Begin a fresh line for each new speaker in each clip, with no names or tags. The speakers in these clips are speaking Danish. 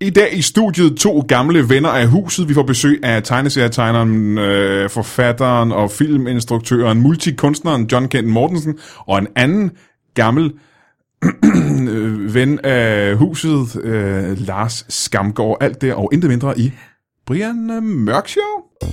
I dag i studiet to gamle venner af huset. Vi får besøg af tegneserietegneren, øh, forfatteren og filminstruktøren, multikunstneren John Kent Mortensen, og en anden gammel øh, ven af huset, øh, Lars Skamgaard. Alt det og intet mindre i Brian øh, Mørk Show.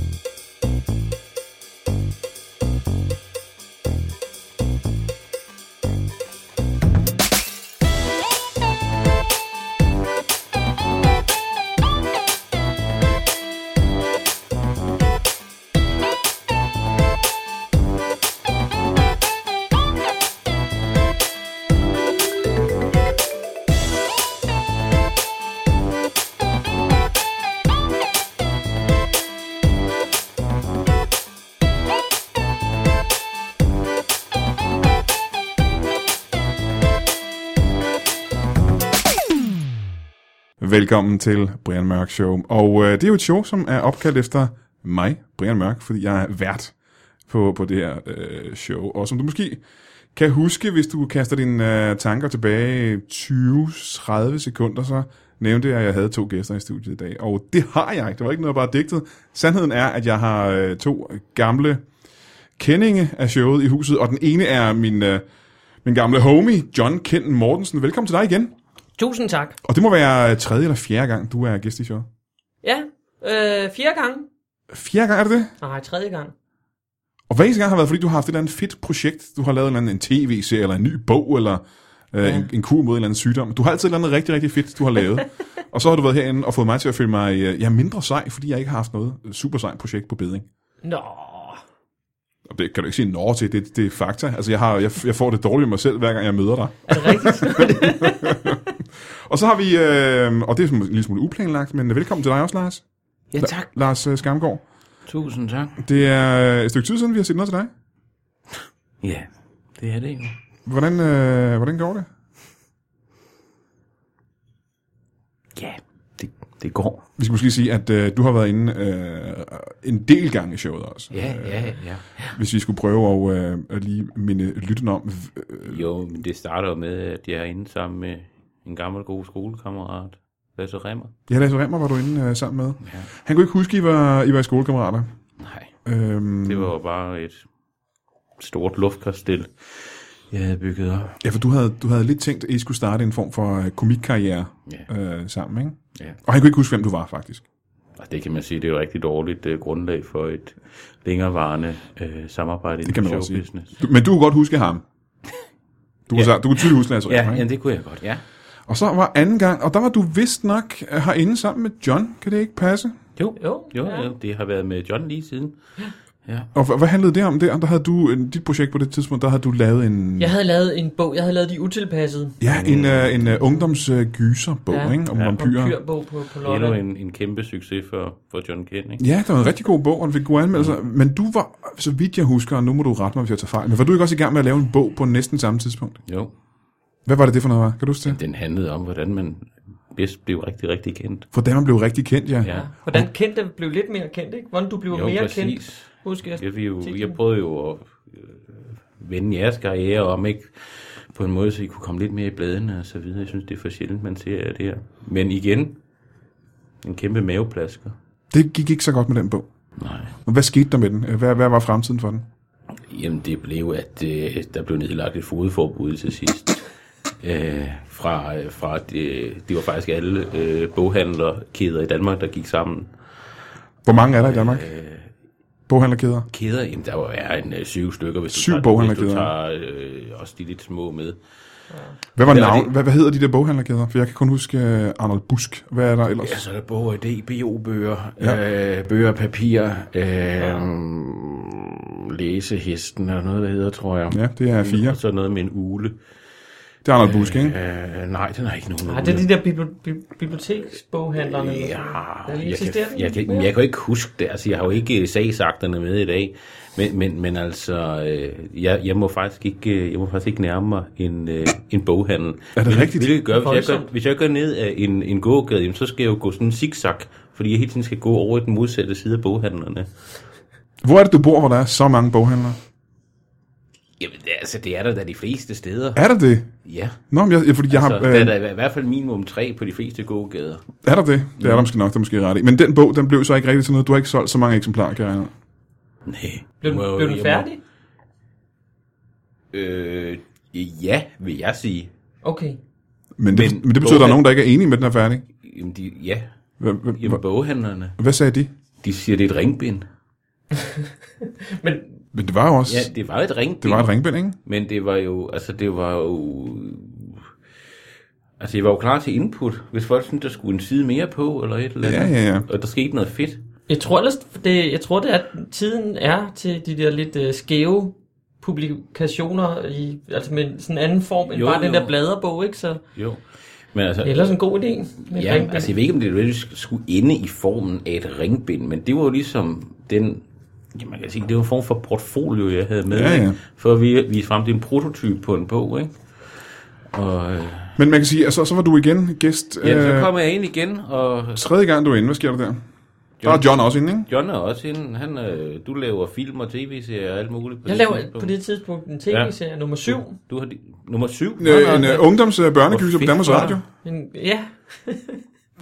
Velkommen til Brian Mørk Show. Og øh, det er jo et show, som er opkaldt efter mig, Brian Mørk, fordi jeg er vært på, på det her øh, show. Og som du måske kan huske, hvis du kaster dine øh, tanker tilbage 20-30 sekunder, så nævnte jeg, at jeg havde to gæster i studiet i dag. Og det har jeg. Det var ikke noget, jeg bare digtet. Sandheden er, at jeg har øh, to gamle kendinge af showet i huset, og den ene er min, øh, min gamle homie, John Kent Mortensen. Velkommen til dig igen.
Tusind tak.
Og det må være tredje eller fjerde gang, du er gæst i showet.
Ja, øh, fire gange.
Fjerde gang er det det?
Nej, tredje gang.
Og hver eneste gang har været, fordi du har haft et eller andet fedt projekt. Du har lavet en, eller anden, en tv-serie, eller en ny bog, eller øh, ja. en, en kur mod en eller anden sygdom. Du har altid et eller andet rigtig, rigtig fedt, du har lavet. og så har du været herinde og fået mig til at føle mig øh, ja, mindre sej, fordi jeg ikke har haft noget øh, super sejt projekt på beding.
Nå,
Og det kan du ikke sige nå til, det, det er fakta. Altså, jeg, har, jeg, jeg får det dårligt med mig selv, hver gang jeg møder dig.
er det rigtigt?
Og så har vi, øh, og det er sådan en lille smule uplanlagt, men velkommen til dig også, Lars.
ja, tak.
Lars øh, Skamgaard.
Tusind tak.
Det er et stykke tid siden, vi har set noget til dig.
Ja, det er det jo.
Hvordan, øh, hvordan går det?
Ja, det, det går.
Vi skal måske sige, at øh, du har været inde øh, en del gange i showet også.
Ja, ja, ja.
Hvis vi skulle prøve at, øh, at lige minde lytterne om, v- øh,
Jo, men det starter jo med, at jeg er inde sammen med en gammel god skolekammerat, Lasse Remmer.
ja, Lasse Remmer var du inde øh, sammen med. Ja. Han kunne ikke huske, I var, I var skolekammerater.
Nej,
Øhm,
det var jo bare et stort luftkastel, jeg havde bygget op.
ja, for du havde, du havde lidt tænkt, at I skulle starte en form for øh, komikkarriere
Ja.
øh, sammen, ikke?
Ja.
Og han kunne ikke huske, hvem du var, faktisk.
Og det kan man sige, det er jo rigtig dårligt uh, grundlag for et længerevarende uh, samarbejde
Det
i
kan man også sige.
showbusiness.
Du, men du kunne godt huske ham. Du kunne, ja. du kunne tydeligt huske Lasse
Ja,
Remmer, ikke?
ja, det kunne jeg godt, ja.
Og så var anden gang, og der var du vist nok øh, herinde sammen med John. Kan det ikke passe?
Jo,
Jo,
jo,
ja.
jo, det har været med John lige siden. Ja.
Og hvad, hvad handlede det om? Der, der havde du, en- dit projekt på det tidspunkt, der havde du lavet en,
Jeg
ja.
havde lavet en bog, jeg havde lavet De Utilpassede.
Ja, en, uh, en uh, ungdomsgyserbog, uh,
Ja.
ikke? Om ja.
Ja.
vampyrer.
Vampyrbog på, på
Endnu
Lolland.
en, en kæmpe succes for, for John Kent, ikke?
Ja, det var en rigtig god bog, og den fik gode anmeldelser. Men du var, så vidt jeg husker, og nu må du rette mig, hvis jeg tager fejl, men var du ikke også i gang med at lave en bog på næsten samme tidspunkt?
Jo,
Hvad var det, det for noget var? Kan du huske det?
den handlede om, hvordan man bedst blev rigtig, rigtig kendt.
Hvordan man blev rigtig kendt, ja. ja.
Ja.
Ja. Hvordan kendte blev lidt mere kendt, ikke? Hvordan du blev
Jo,
mere kendt,
præcis.
husker jeg.
Jeg, vi jo,
titlen.
jeg prøvede jo at øh, vende jeres karriere om, ikke? På en måde, så I kunne komme lidt mere i bladene og så videre. Jeg synes, det er for sjældent, man ser det her. Men igen, en kæmpe maveplasker.
Det gik ikke så godt med den bog.
Nej.
Men hvad skete der med den? Hvad, hvad var fremtiden for den?
Jamen, det blev, at øh, der blev nedlagt et fogedforbud til sidst. Øh, fra, øh, fra det, det var faktisk alle øh, boghandlerkæder i Danmark, der gik sammen.
Hvor mange er der i Danmark? Boghandlerkæder?
Kæder, jamen der var er en øh, syv stykker, hvis
Syv
du tager, hvis du
boghandlerkæder.
tager øh, også de lidt små med.
Hvad var
Hvad var
navn?
det?
Hvad, hvad hedder de der boghandlerkæder? For jeg kan kun huske uh, Arnold Busk. Hvad er der ellers?
Ja, så er der bog og idé, BO-bøger, ja. øh, bøger og papir, øh, ja. læsehesten og noget, der hedder, tror jeg.
Ja, det er fire.
Og så noget med en ule.
Det er Arnold Busk, ikke?
Øh, nej, den har ikke nogen
Nej, det er de der bibli- bi- biblioteksboghandlerne. eller sådan noget.
Ja,
Der
jeg kan,
eksisterer den
jeg, kan,
ikke
men
mere.
jeg kan jo ikke huske det. Altså, jeg har jo ikke sagsakterne med i dag. Men, men, men altså, øh, jeg, jeg, må faktisk ikke, øh, jeg må faktisk ikke nærme mig en, øh, en boghandel.
Er det
Hvil-
rigtigt?
Hvilket gør, hvis jeg gør,
Voldsomt.
hvis jeg går ned af en, en gågade, jamen, så skal jeg jo gå sådan zigzag, fordi jeg hele tiden skal gå over i den modsatte side af boghandlerne.
Hvor er det, du bor, hvor der er så mange boghandlere?
Jamen, det altså, det er der da de fleste steder.
Er der det?
Ja.
Nå, men jeg, ja, fordi jeg
Så
har... øh,
der Altså, er der i hvert fald minimum tre på de fleste gågader.
Er der det? Det er
Mm.
der måske nok, der er måske ret i. Men den bog, den blev så ikke rigtig til noget. Du har ikke solgt så mange eksemplarer, kan jeg regne ud.
Nej.
Blev,
Må jeg
den-
jo-
blev den
jeg må-
færdig?
Øh, ja, vil jeg sige.
Okay.
Men det, men,
Men
men det betyder, at der er
bogen-
nogen, der ikke er enige med, at den er færdig.
Jamen, de, ja.
Hvad, hvad,
Jamen,
hvad,
boghandlerne,
hvad sagde de?
de siger, det er et ringbind.
Men
Men det var jo også...
Ja, det var et ringbind.
Det var et ringbind, ikke?
Men det var jo, altså det var jo, altså jeg var jo klar til input, hvis folk syntes, der skulle en side mere på, eller et eller andet.
Ja, ja, ja.
Og der skete noget fedt.
jeg tror ellers, det, jeg tror det er, at tiden er til de der lidt øh, skæve publikationer, i, altså med sådan en anden form end
Jo,
jo, bare jo. den
jo.
der bladerbog, ikke? Så
Jo. Men altså,
det er ellers en god idé. med
ja,
ringbind.
altså jeg ved ikke, om det nødvendigvis skulle ende i formen af et ringbind, men det var jo ligesom den, ja, man kan sige, det var en form for portfolio, jeg havde med,
Ja, ja.
ikke? for at vi- vise frem, det er en prototype på en bog, ikke? Og øh,
Men man kan sige, at så, så var du igen gæst.
ja, så
øh,
kommer jeg ind igen, og
Tredje gang, du er inde. Hvad sker der der? Der er John også inde, ikke?
John er også inde. Han, øh, du laver film og tv-serier og alt muligt.
Jeg
På det
laver
tidspunkt.
på det tidspunkt en tv-serie nummer 7.
Du har de, nummer syv.
Øh, en øh, ungdoms øh, børnegyser
Hvor
på
fedt
Danmarks
var det?
Radio.
En, ja,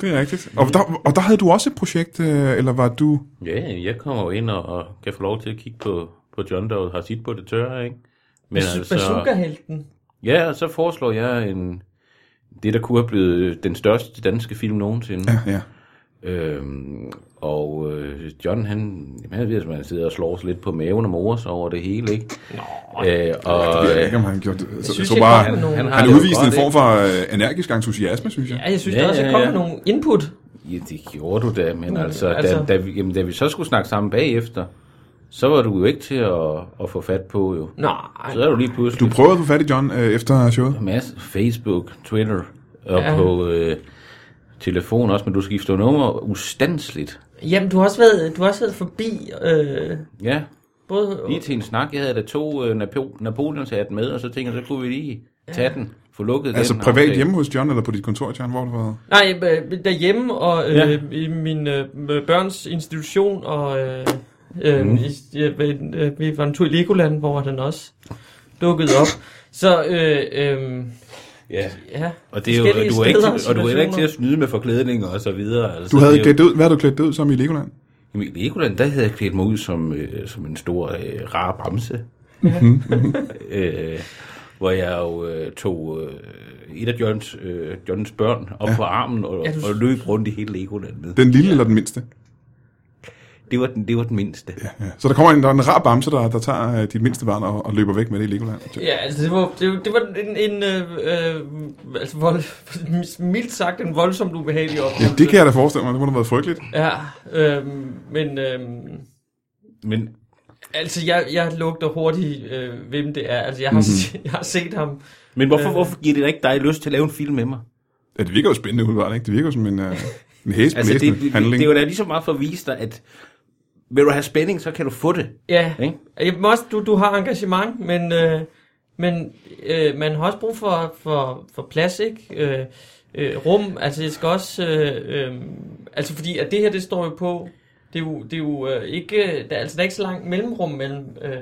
Det er rigtigt. Og der, og der havde du også et projekt, øh, eller var du...
Ja, jeg kommer jo ind og, og kan få lov til at kigge på, på John, der jo har sit på det tørre, ikke? Men altså-
Bazooka-helten.
ja, og så foreslår jeg en, det, der kunne have blevet den største danske film nogensinde.
Ja, ja.
Øhm, og øh, John, han, jamen, han ved, at man sidder og slår lidt på maven og morer sig over det hele, ikke? Nå, øh, og,
Jeg ved
øh,
ikke, om han gjorde det. Så,
synes,
så
jeg
bare,
kom med
han,
nogle-
han
Ah, det jo
udviste
godt,
en form
ikke?
for øh, energisk entusiasme, synes jeg.
Ja, jeg synes
Ja,
ja, også,
ja,
jeg kom
ja.
med nogle input.
Ja, det gjorde du da, men altså, altså...
altså-
Da, da, vi, jamen, da vi så skulle snakke sammen bagefter, så var du jo ikke til at, at få fat på, jo.
Nej,
Så er du lige
Du
pludselig
prøvede at få fat i John øh, efter showet.
på masse Facebook, Twitter og ja.
Ja.
på øh, telefon også, men du skifter nummer ustandsligt.
jamen du har også været, du har også været forbi øh,
Ja,
både...
lige til en snak. Jeg havde da to øh, Napo- napoleons med, og så tænkte jeg, så kunne vi lige tage den, få lukket
Altså
den.
privat
aftale.
hjemme hos John, eller på dit kontor, John? Hvor har du været?
Nej, øh, derhjemme og øh,
Ja.
ja. i min øh, børns institution og øh, øh,
Mhm.
mm. i, øh, ved- øh, vi var en tur i Legoland, hvor den også dukkede op. Så øh, øh,
Ja.
ja,
Og, det er
forskellige
jo, du er ikke,
steder
til- og du er heller ikke til
situationer.
at snyde med forklædninger og så videre. Altså,
Du
det
havde
er jo-
klædt ud, hvad havde du klædt ud som i Legoland?
Jamen, I Legoland, der havde jeg klædt mig ud som, øh, som en stor, øh, rar bamse. Mhm. øh, hvor jeg jo øh, tog øh, et af Johns, øh, Johns børn op ja. på armen og, ja,
Ja,
du...
du-
og løb rundt i hele Legoland med.
Den lille eller den mindste?
Det var den, det var den mindste. Ja.
Ja. Så der kommer en, der er en rar bamse, der, der tager øh, dit mindste barn og, og løber væk med det i Legoland.
Ja, altså det var, det, var- det var en, en øh, øh, altså vold, mildt sagt en voldsomt ubehagelig
Ja,
oplevelse.
det kan jeg da forestille mig. Det må da have været frygteligt.
Ja, øh, men øh,
Men
altså jeg, jeg lugter hurtigt, øh, hvem det er. Altså jeg har,
Mhm.
mm-hmm. jeg har set ham.
Men hvorfor, øh... hvorfor giver det da ikke dig lyst til at lave en film med mig?
Ja, det virker jo spændende udvaret, ikke? Det virker jo som en, øh, en hæsblæsende
Altså, det, det, det,
handling.
det var da lige så meget for at vise dig, at vil du have spænding, så kan du få det.
Ja,
Ikke?
jeg må også, du, du har engagement, men, øh, men øh, man har også brug for, for, for plads, ikke? Øh, øh, rum, altså jeg skal også, øh, øh, altså fordi at det her, det står jo på, det er jo, det er jo øh, ikke, der, er- altså, der er ikke så langt mellemrum mellem øh, øh,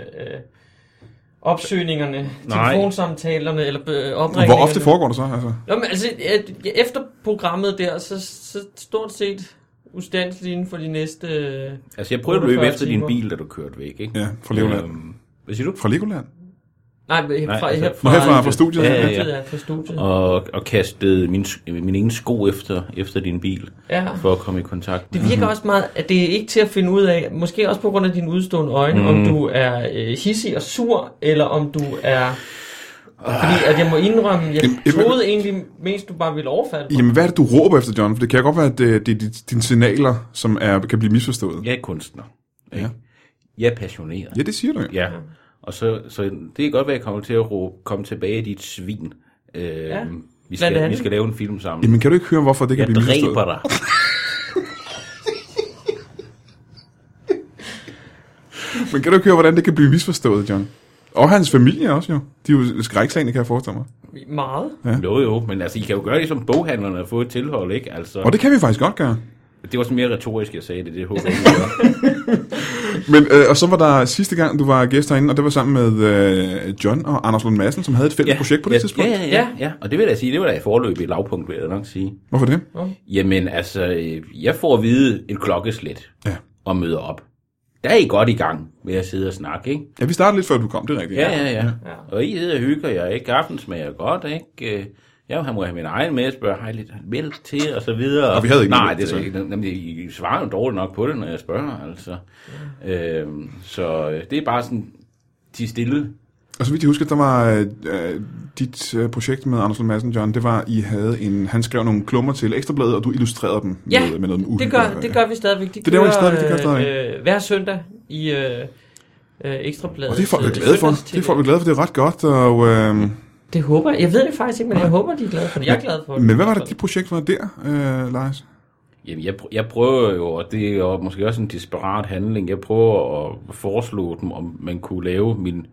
opsøgningerne,
Nej.
telefonsamtalerne eller øh, opringningerne.
Hvor ofte foregår det så? Altså?
Nå, men altså, at, efter programmet der, så, så stort set ustandsligt inden for de næste... Øh,
Altså, jeg prøvede at løbe
48
efter din
timer.
bil, da du kørte væk, ikke?
Ja, fra Legoland.
Øhm, hvad siger du?
Fra Legoland?
nej, fra,
Nej,
nej,
altså-
her,
Nå, herfra fra studiet?
Ja, ja,
Ja, ja. fra studiet.
og, og kastede min, min ene sko efter, efter din bil,
Ja.
for at komme i kontakt med
Det virker også meget, at det er ikke til at finde ud af, måske også på grund af dine udstående øjne, mm. om du er øh, hissig og sur, eller om du er... Fordi at jeg må indrømme, jeg
Jamen, jamen-
troede egentlig mest, du bare ville overfalde mig.
Jamen, hvad er det, du råber efter, John? For det kan godt være, at øh, det, det er dit- dine signaler, som er, kan blive misforstået.
Jeg er kunstner. Ikke?
Ja.
Jeg er passioneret.
Ja, det siger du jo.
Ja. Og så, så det kan godt være, at jeg kommer til at råbe, komme tilbage i dit svin. Øh, ja. vi,
Blandt
skal, vi
andet.
skal lave en film sammen.
Jamen, kan du ikke høre, hvorfor det kan
jeg
blive misforstået?
dræber dig.
Men kan du ikke høre, hvordan det kan blive misforstået, John? Og hans familie også jo. De er jo skræksagende, kan jeg forestille mig.
Meget.
Jo, jo, men altså, I kan jo gøre det som boghandlerne og få et tilhold, ikke? Altså,
Og det kan vi faktisk godt gøre.
Det var sådan mere retorisk, jeg sagde det. Det håber jeg ikke, jeg gør.
Men, øh, og så var der sidste gang, du var gæst herinde, og det var sammen med øh, John og Anders Lund Madsen, som havde et fælles ja, projekt på det
ja,
tidspunkt.
Ja, ja, ja, ja. Og det vil jeg sige, det var da i forløb et lavpunkt, vil jeg nok sige.
Hvorfor det?
Jamen altså, øh, jeg får at vide et klokkeslæt
Ja.
og møder op. Der er I godt i gang med at sidde og snakke, ikke?
ja, vi startede lidt før du kom, det er rigtigt.
Ja, ja, ja.
Ja.
Og I sidder og hygger jer, ikke? Aftenen smager godt, ikke? Øh, Jeg må have min egen med og spørge, har I lidt mælk til, og så videre.
Og vi havde ikke
Nej,
mælk
det er
til.
der ikke. Jamen, I I svarer jo dårligt nok på det, når jeg spørger, altså. Øhm, så øh, det er bare sådan, de stille.
Og så vidt jeg husker, der var øh, øh, dit øh, projekt med Anders Lund Madsen, John, det var, I havde en, han skrev nogle klummer til Ekstrabladet, og du illustrerede dem
Ja,
med, med noget med
Det
uhyre.
gør, det gør vi stadigvæk. De
Det laver I stadigvæk, det gør I
Øh, hver søndag i øh, øh, Ekstrabladet.
Og det er folk jo glade for. Det er folk jo glade for, det er ret godt. Og, øh,
Det håber jeg. Jeg ved det faktisk ikke, men jeg håber, de er glade for det. Jeg er glad for det.
men hvad var det, dit projekt var der, øh, Lars?
Jamen, jeg, pr- jeg prøver jo, og det er jo måske også en desperat handling, jeg prøver at foreslå dem, om man kunne lave min,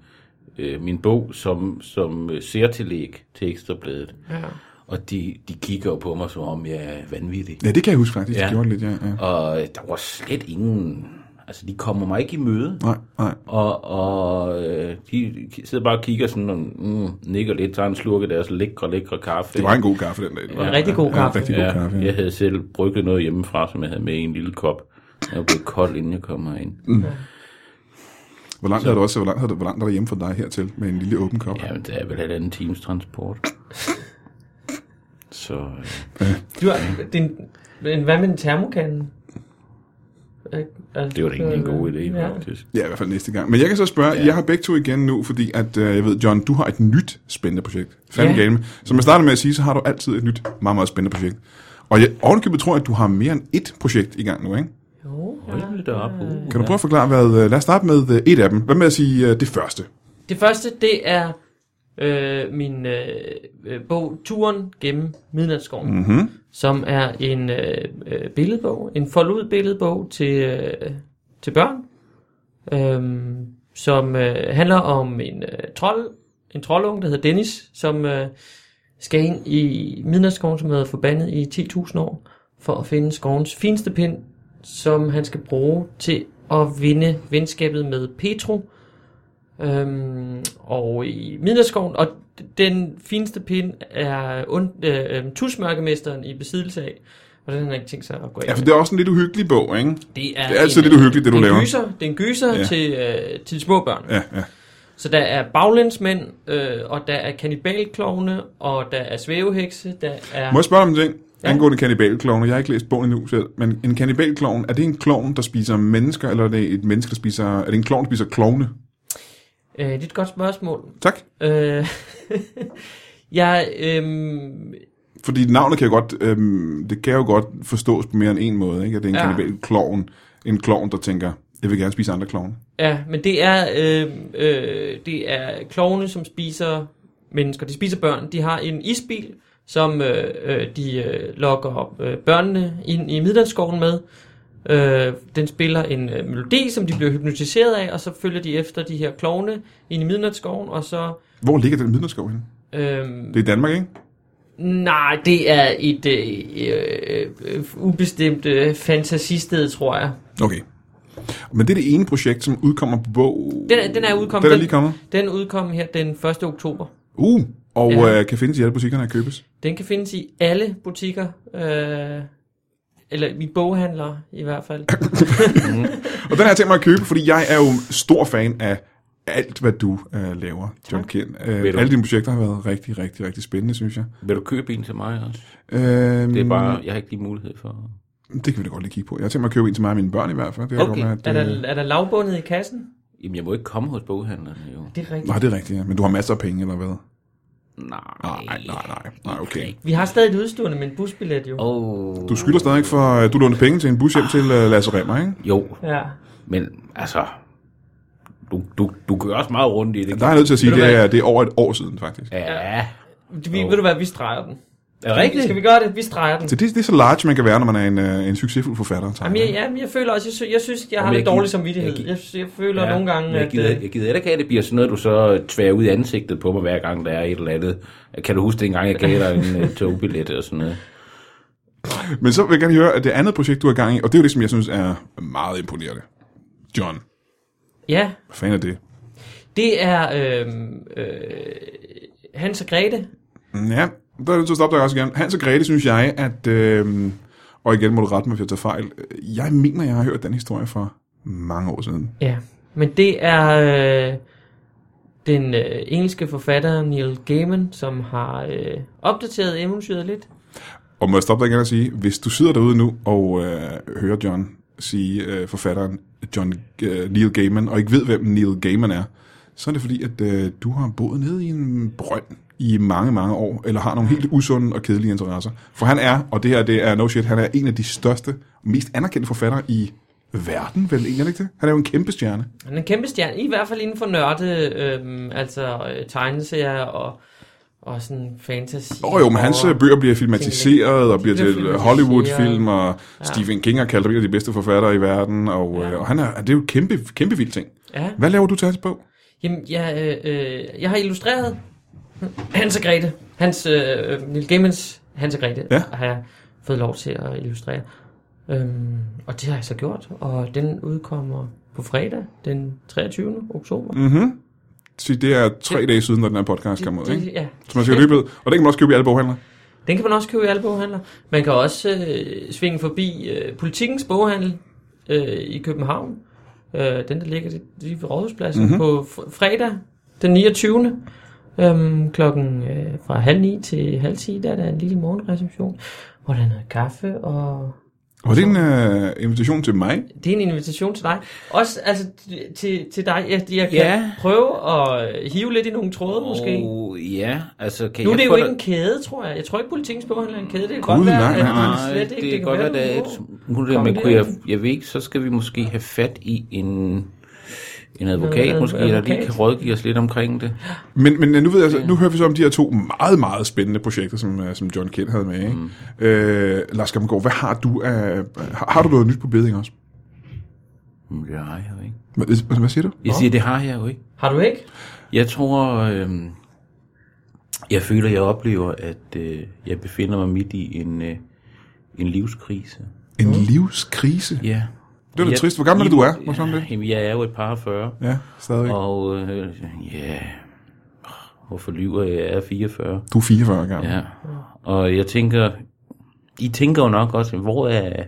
øh, min bog som, som øh, særtillæg til Ekstrabladet.
Ja.
Og de, de kigger jo på mig, som om jeg er vanvittig.
Ja, det kan jeg huske faktisk, ja.
Ja.
det gjorde det lidt, ja. ja.
Og øh, der var slet ingen... Altså, de kommer mig ikke i møde.
Nej, nej.
Og, og øh, de sidder bare og kigger sådan og mm, nikker lidt, tager en slurk af deres lækre, lækre kaffe.
Det var en god kaffe den dag. Det
Det var en rigtig god
Ja,
kaffe.
rigtig god
ja,
kaffe, ja.
Jeg havde selv brygget noget hjemmefra, som jeg havde med i en lille kop. Jeg var blevet kold, inden jeg kom herind.
Mm. Hvor langt er det også, hvor langt, er det, hvor langt er det hjemme fra dig hertil med en lille åben kop? Ja.
Jamen, det er vel halvanden times transport. Så øh,
Du har, din, men hvad med en termokande? Ikke? Altså,
det var da ikke en god idé,
ja.
faktisk.
ja, i hvert fald næste gang. Men jeg kan så spørge, ja. jeg har begge to igen nu, fordi at, øh, jeg ved, John, du har et nyt spændende projekt. Fanden
Ja.
ja. game. Som jeg startede med at sige, så har du altid et nyt, meget, meget spændende projekt. Og jeg ovenkøbet tror, at du har mere end ét projekt i gang nu, ikke?
Jo, ja.
Hold da op. Uh,
Kan du prøve at forklare, hvad, øh, lad os starte med øh, et af dem. Hvad med at sige øh, det første?
Det første, det er øh, min øh, øh, bog Turen gennem Midnatsskoven, mm.
Mhm.
Mm-hmm.
som er en øh, øh, billedbog, en forlud billedbog til, øh, til børn, øh, som øh, handler om en øh, trold, en troldung, der hedder Dennis, som øh, skal ind i Midnatsskoven, som har været forbandet i 10.000 år, for at finde skovens fineste pind, som han skal bruge til at vinde venskabet med Petro, Øhm, og i Midnadsskoven, og den fineste pind er und, øh, øh, tusmørkemesteren i besiddelse af, og den har han ikke tænkt sig at gå af.
Ja, for det er også en lidt uhyggelig bog, ikke?
det, er
det er altid lidt uhyggeligt, det du
en
laver.
Gyser, det er en gyser
Ja.
ja. til, øh, til de små børn.
Ja, ja.
Så der er baglandsmænd, øh, og der er kanibalklovne, og der er svævehekse, der er...
Må jeg spørge om en ting?
Ja.
Angående kannibalklovne, jeg har ikke læst bogen endnu selv, men en kannibalklovn, er det en klovn, der spiser mennesker, eller er det et menneske, der spiser... Er det en klovn, der spiser klovne?
Øh, det er et godt spørgsmål.
Tak.
Øh, jeg, øhm,
Fordi navnet kan jo godt, øhm, det kan jo godt forstås på mere end en måde, ikke? At det er en
Ja.
ja. kannibalklovn, en klovn, der tænker, jeg vil gerne spise andre klovne.
Ja, men det er, øh, øh, det er klovne, som spiser mennesker. De spiser børn. De har en isbil, som øh, øh, de øh, lokker øh, børnene ind i Midlandsskoven med. Øh, den spiller en øh, melodi, som de bliver hypnotiseret af, og så følger de efter de her klovne ind i Midlandsskoven, og så...
Hvor ligger den midnatsskov henne?
Øh,
Det er i Danmark, ikke?
Nej, det er et øh, øh, ubestemt øh, fantasisted, tror jeg.
Okay. Men det er det ene projekt, som udkommer på bog...
Den er- den er udkommet.
Den er
Den-
lige kommet.
Den udkom her den 1. oktober.
Uh, og
Ja.
ja. øh, kan findes i alle butikkerne og købes.
Den kan findes i alle butikker, øh, eller i boghandlere i hvert fald.
Og den har jeg tænkt mig at købe, fordi jeg er jo stor fan af alt, hvad du øh, laver, John Kien. Øh,
Ved du.
alle dine projekter har været rigtig, rigtig, rigtig spændende, synes jeg.
Vil du købe en til mig også?
Øh,
Det er bare, jeg har ikke lige mulighed for...
det kan vi da godt lige kigge på. Jeg har tænkt mig at købe en til mig og mine børn i hvert fald. Det kan
Okay,
godt
er,
være, at,
der, er der lavbundet i kassen?
Jamen, jeg må ikke komme hos boghandlerne, jo.
Det er rigtigt.
Nej, det er rigtigt, ja. Men du har masser af penge, eller hvad?
Nej.
Nej, nej, nej. Nej, okay.
Vi har stadig et udstående med en busbillet jo.
Oh.
Du skylder stadig for, øh, du lånte penge til en bus hjem til øh, Lasse Remmer, ikke?
Jo,
Ja.
men altså... Du, du, du kører også meget rundt i det.
Der er jeg nødt til at sige,
Ved du
det
hvad?
er, det er over et år siden, faktisk.
Ja.
Vi,
Jo.
Ved du hvad, vi streger den.
Er rigtigt?
Skal vi gøre det? Vi streger den.
Så det, det er så large, man kan være, når man er en, øh, en succesfuld forfatter. og tegner.
Jamen, jeg, jamen, jeg føler også, jeg, sy- jeg synes, jeg har
Jamen, jeg
lidt dårlig
gider-
samvittighed.
jeg gider-
Jeg, sy- jeg føler nogle gange,
men jeg
at...
gider,
øh,
jeg gider heller ikke have, at det bliver sådan noget, du så øh, tværer ud i ansigtet på mig, hver gang der er et eller andet. Kan du huske dengang, jeg gav dig en øh, togbillet og sådan noget?
Men så vil jeg gerne høre, at det andet projekt, du har gang i, og det er jo det, som jeg synes er meget imponerende. John,
Ja,
hvad fanden er det?
det er øh, øh, Hans og Grete.
Ja, der, så stopper jeg også igen. Hans og Grete synes jeg, at... Øh, og igen må du rette mig, hvis jeg tager fejl. Jeg mener, jeg har hørt den historie for mange år siden.
Ja, men det er øh, den øh, engelske forfatter Neil Gaiman, som har øh, opdateret eventyret lidt.
Og må jeg stoppe dig igen og sige, hvis du sidder derude nu og øh, hører John sige øh, forfatteren John øh, Neil Gaiman, og ikke ved, hvem Neil Gaiman er, så er det fordi, at øh, du har boet nede i en brønd i mange, mange år, eller har nogle helt usunde og kedelige interesser. For han er, og det her det er no shit, han er en af de største og mest anerkendte forfattere i verden, vel egentlig er det ikke det? Han er jo en kæmpe stjerne.
Han er en kæmpe stjerne, i hvert fald inden for nørde, øh, altså øh, tegneserier og, og sådan fantasy.
Åh oh, jo, men hans øh,
og,
bøger bliver filmatiseret og bliver
Bliver
til øh,
filmatiseret.
Hollywood-film, og Stephen King har kaldt ham en af de bedste forfattere i verden, og, øh, og han er, det er jo en kæmpe, kæmpe vild ting.
Ja,
Hvad laver du til hans bog?
jamen, jeg, øh, øh, jeg har illustreret Hans og Grete. Hans, øh, øh, Neil Gaimans Hans og Grete
Ja.
har jeg fået lov til at illustrere. Øhm, og det har jeg så gjort, og den udkommer på fredag, den 23. oktober.
Mm-hmm. Så det er tre dage siden, når den her podcast kom ud,
Det-
ikke?
Ja,
Så man skal løbe ud. Og det kan man også købe i alle boghandler.
den kan man også købe i alle boghandler. Man kan også øh, svinge forbi øh, Politikens boghandel øh, i København. Øh, den, der ligger lige ved Rådhuspladsen
Mhm.
mm-hmm. på fr- fredag den 29. Øhm, klokken øh, fra halv ni til halv ti, der er der en lille morgenreception, hvor der er noget kaffe, og
Og det er en øh, invitation til mig.
det er en invitation til dig. Også altså, t- til, til dig, jeg, jeg kan
Ja.
prøve at hive lidt i nogle tråde måske.
Og ja, altså kan
Nu er
jeg
det jo
få
ikke
dig-
en kæde, tror jeg. Jeg tror ikke, politikens boghandler er en kæde. Det kan
Gud,
godt være,
nej, nej, nej.
at
Nej,
slet
det,
ikke.
kan godt være, der er et smule,
Kom
men
det
kunne jeg,
ind.
jeg ved ikke, så skal vi måske have fat i en, en
Noget
advokat, måske, der lige
advokat.
kan rådgive os lidt omkring det.
Men, men øh, nu, ved jeg, altså, nu hører vi så om de her to meget, meget spændende projekter, som, øh, som John Kent havde med. Ikke? Mm. Øh, Lars Gammelgaard, hvad har du af... Har, har du noget nyt på beding også?
Men det har jeg jo ikke.
Hvad, hvad siger du?
Jeg siger, det har jeg jo ikke.
Har du ikke?
Jeg tror, øhm, jeg føler, jeg oplever, at øh, jeg befinder mig midt i en, øh, en livskrise.
En livskrise?
Ja.
Det er da
Jeg-
trist. Hvor gammel er det, du er? Hvor sådan er det?
Jamen, jeg er jo et par og 40,
Ja, stadigvæk.
og øh, ja, hvorfor lyver jeg? Jeg er 44.
Du er 44 gammel.
Ja, og jeg tænker, I tænker jo nok også, hvor er,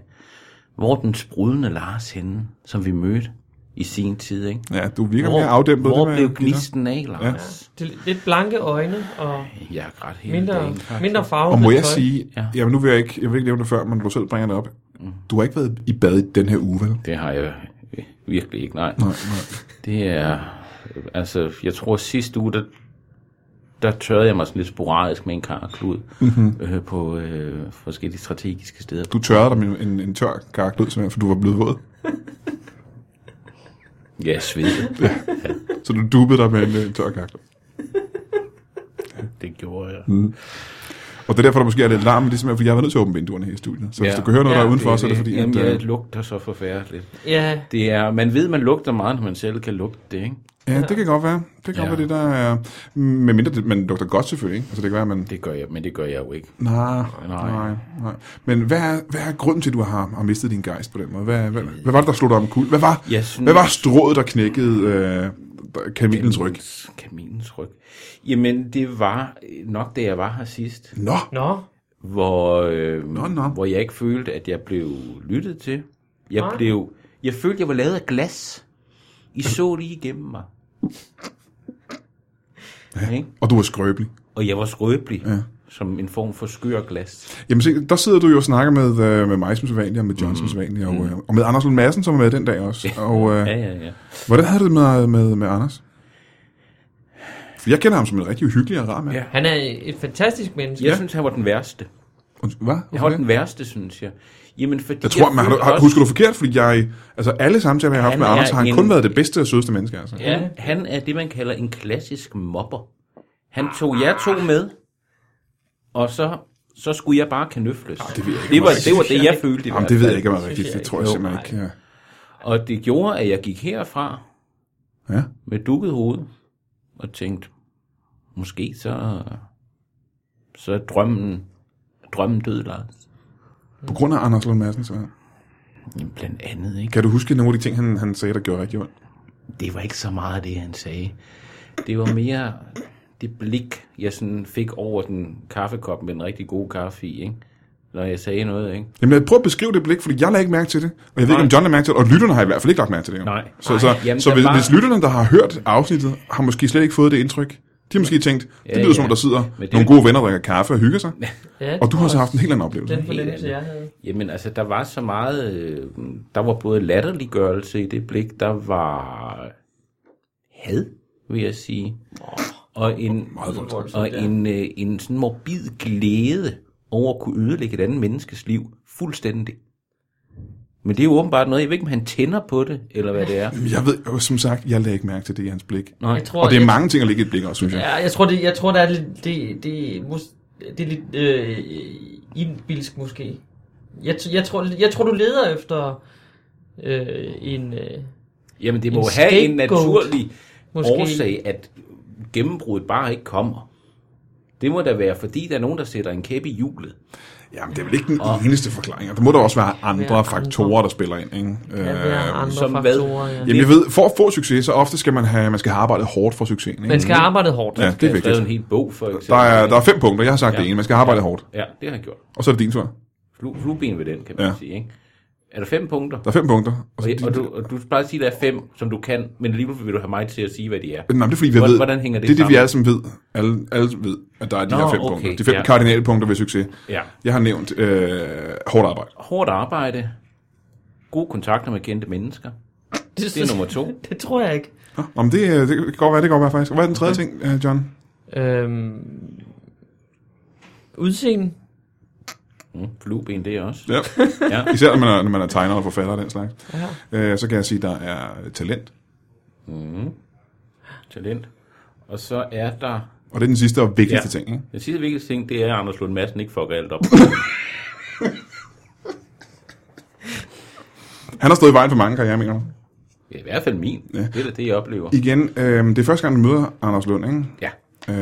hvor er den sprudende Lars henne, som vi mødte i sin tid, ikke?
ja du virker
Hvor,
mere afdæmpet.
hvor
det med
blev
guitar.
gnisten af, Lars?
Det er lidt blanke øjne og
Ja. Jeg er ret helt
mindre, mindre farve.
Og må
på
jeg
tøj.
sige, ja.
Ja. Mm.
jamen nu vil jeg ikke, jeg vil ikke nævne det før, men du selv bringer det op. Du har ikke været i bad i den her uge, vel?
Det har jeg øh, virkelig ikke, nej. Det er, øh, altså, jeg tror sidste uge, der, der tørrede jeg mig sådan lidt sporadisk med en karklud
Mhm.
mm-hmm. øh, på øh, forskellige strategiske steder.
Du tørrede dig med en, en tør kark ud, simpelthen, for du var blevet våd.
Ja, sved.
Så du dubbede dig med en, en tør kark.
det gjorde jeg.
Mm. Og det er derfor, der måske er lidt larm, men det er simpelthen, fordi jeg har været nødt til at åbne vinduerne her i studiet. Så hvis du kan høre noget, der er udenfor, så er det fordi,
Jamen,
at...
jeg
øh,
lugter så forfærdeligt.
Ja,
Det er, man ved, man lugter meget, når man selv kan lugte det, ikke?
øh, Ja, det kan godt være. Det kan
Ja.
godt være det, der er... Men mindre, det- man lugter godt selvfølgelig, ikke? Altså det kan være, at man...
Det gør jeg, men det gør jeg jo ikke.
Nej,
Nej.
nej, nej. Men hvad er, hvad er grunden til, at du har, har mistet din gejst på den måde? Hvad, hvad, hvad var det, der slog dig om kul? Hvad var,
Jeg synes-
hvad var strået, der knækkede øh, der- kamelens ryg?
Kaminens ryg. Jamen, det var øh, nok, da jeg var her sidst,
Nå,
nå.
hvor, øh,
Nå, nå.
hvor jeg ikke følte, at jeg blev lyttet til. Jeg
Nej.
blev... Jeg følte, jeg var lavet af glas. I så lige igennem mig. Ikke?
og du var skrøbelig.
Og jeg var skrøbelig, ja. som en form for skør glas.
Jamen se, der sidder du jo og snakker med, øh, med mig som sædvanlig, og med John som sædvanlig, og, øh, og med Anders Lund Madsen, som var med den dag også. Og øh,
Mm. Ja, ja, ja.
hvordan havde du det med, med, med Anders? For jeg kender ham som en rigtig hyggelig og rar mand.
Ja.
Han er et fantastisk menneske.
Jeg ja. synes, han var den værste.
Und- Hvad?
Jeg
Hvorfor
holdt
det?
den værste, synes jeg. Jamen, fordi
Jeg tror, man har,
følte
har,
også-
husker du forkert, fordi jeg, altså alle samtaler, jeg har haft
Han
med
er
Anders, har han
en-
kun været det bedste og sødeste menneske, altså.
Ja, han er det, man kalder en klassisk mobber. Han tog jer to med, og så, så skulle jeg bare kanøfles.
det ved jeg ikke,
det, var,
om jeg-
det var det, jeg følte i
Jamen,
hvert
det ved
fald.
jeg ikke, om er
Det
rigtigt.
synes
Det
jeg
tror jeg
ikke.
simpelthen
Jo,
ikke. Ja.
Og det gjorde, at jeg gik herfra
ja.
med dukket hoved og tænkte, måske så, så er drømmen, drømmen død, Lars.
På grund af Anders Lund Madsen, så.
Jamen, blandt andet, ikke?
Kan du huske nogle af de ting, han, han sagde, der gjorde rigtig ondt?
Det var ikke så meget det, han sagde. Det var mere det blik, jeg sådan fik over den kaffekop med en rigtig god kaffe i, ikke? Når jeg sagde noget, ikke?
Jamen, prøv at beskrive det blik, fordi jeg lagde ikke mærke til det. Og jeg ved ikke, om John lagde mærke til det, og lytterne har i hvert fald ikke lagt mærke til det. Jo.
Nej.
Så,
Nej,
så,
jamen,
så
der
hvis,
var-
hvis lytterne, der har hørt afsnittet, har måske slet ikke fået det indtryk. De har måske tænkt, det
Ja,
lyder
ja.
som, om, der sidder
det-
nogle gode venner, der drikker kaffe og hygger sig.
Ja,
Og du har så haft en helt anden oplevelse.
den fornemmelse, jeg havde.
Jamen altså, der var så meget... Øh, der var både latterliggørelse i det blik, der var had, vil jeg sige. Og en, og en, øh, en sådan morbid glæde over at kunne ødelægge et andet menneskes liv fuldstændig. Men det er jo åbenbart noget, jeg ved ikke, om han tænder på det, eller hvad det er.
Jeg ved jo, som sagt, jeg lagde ikke mærke til det i hans blik.
Nej.
Jeg tror,
Og det er
jeg-
mange ting at lægge i et blik også, synes jeg.
Ja, jeg tror, det, jeg tror, der er lidt, det, det, mus, det er lidt øh, indbilsk måske. Jeg, t- jeg, tror, jeg tror, du leder efter øh, en... Øh,
Jamen, det
En
må jo have en
scapegoat,
naturlig
måske.
måske. årsag, at gennembruddet bare ikke kommer. Det må da være, fordi der er nogen, der sætter en kæppe i hjulet.
Jamen, det er vel ikke den eneste forklaring. og Der må der også være
Være
andre
andre.
faktorer, der spiller ind. Ikke?
ja,
Øh,
der er andre
som hvad?
faktorer, ja.
Jamen, jeg ved, for at få succes, så ofte skal man have, man skal have arbejdet hårdt for succesen. Ikke?
Man skal have arbejdet hårdt.
Ja, det
Jeg
er
har skrevet en
vigtigt.
hel bog, for eksempel.
Der er, der er fem punkter, jeg har sagt ja.
Ja.
det ene. Man skal arbejde hårdt.
Ja, det har jeg gjort.
Og så er det din tur.
Flu, flueben ved den, kan man
Ja.
ja. sige. Ikke? Er der fem punkter?
Der er fem punkter. Og så
Og,
er det din
og, du, og du plejer at sige, at der er fem, som du kan, men alligevel vil du have mig til at sige, hvad de er.
Nej, men det er fordi, vi
Hvordan-
ved,
hvordan hænger det
det er det, vi
sammen?
alle sammen ved. Alle, alle ved, at der er de
Nå,
her fem
okay,
punkter. De fem
ja.
kardinalpunkter ved succes.
Ja.
Jeg har nævnt øh, hårdt arbejde.
Hårdt arbejde, gode kontakter med kendte mennesker. Det er nummer to.
Det tror jeg ikke.
Nå, nå, men det, øh, det kan godt være, det kan godt være faktisk. Og Hvad er den tredje ting, øh, John?
Øhm, udseende.
Mm, flueben, det er også.
Ja.
Ja.
Især når man, er, når man er tegner og forfatter og den slags.
Ja.
Øh, så kan jeg sige, der er talent.
Talent. Og så er der
Og det er den sidste og vigtigste
Ja.
ting. Ikke?
Den sidste vigtigste ting, det er, at Anders Lund Madsen ikke fucker alt op.
Han har stået i vejen for mange karriere, mener du?
Ja, I hvert fald min. Ja. Det er da det, jeg oplever.
Igen, øh, det er første gang, du møder Anders Lund, ikke?
Ja.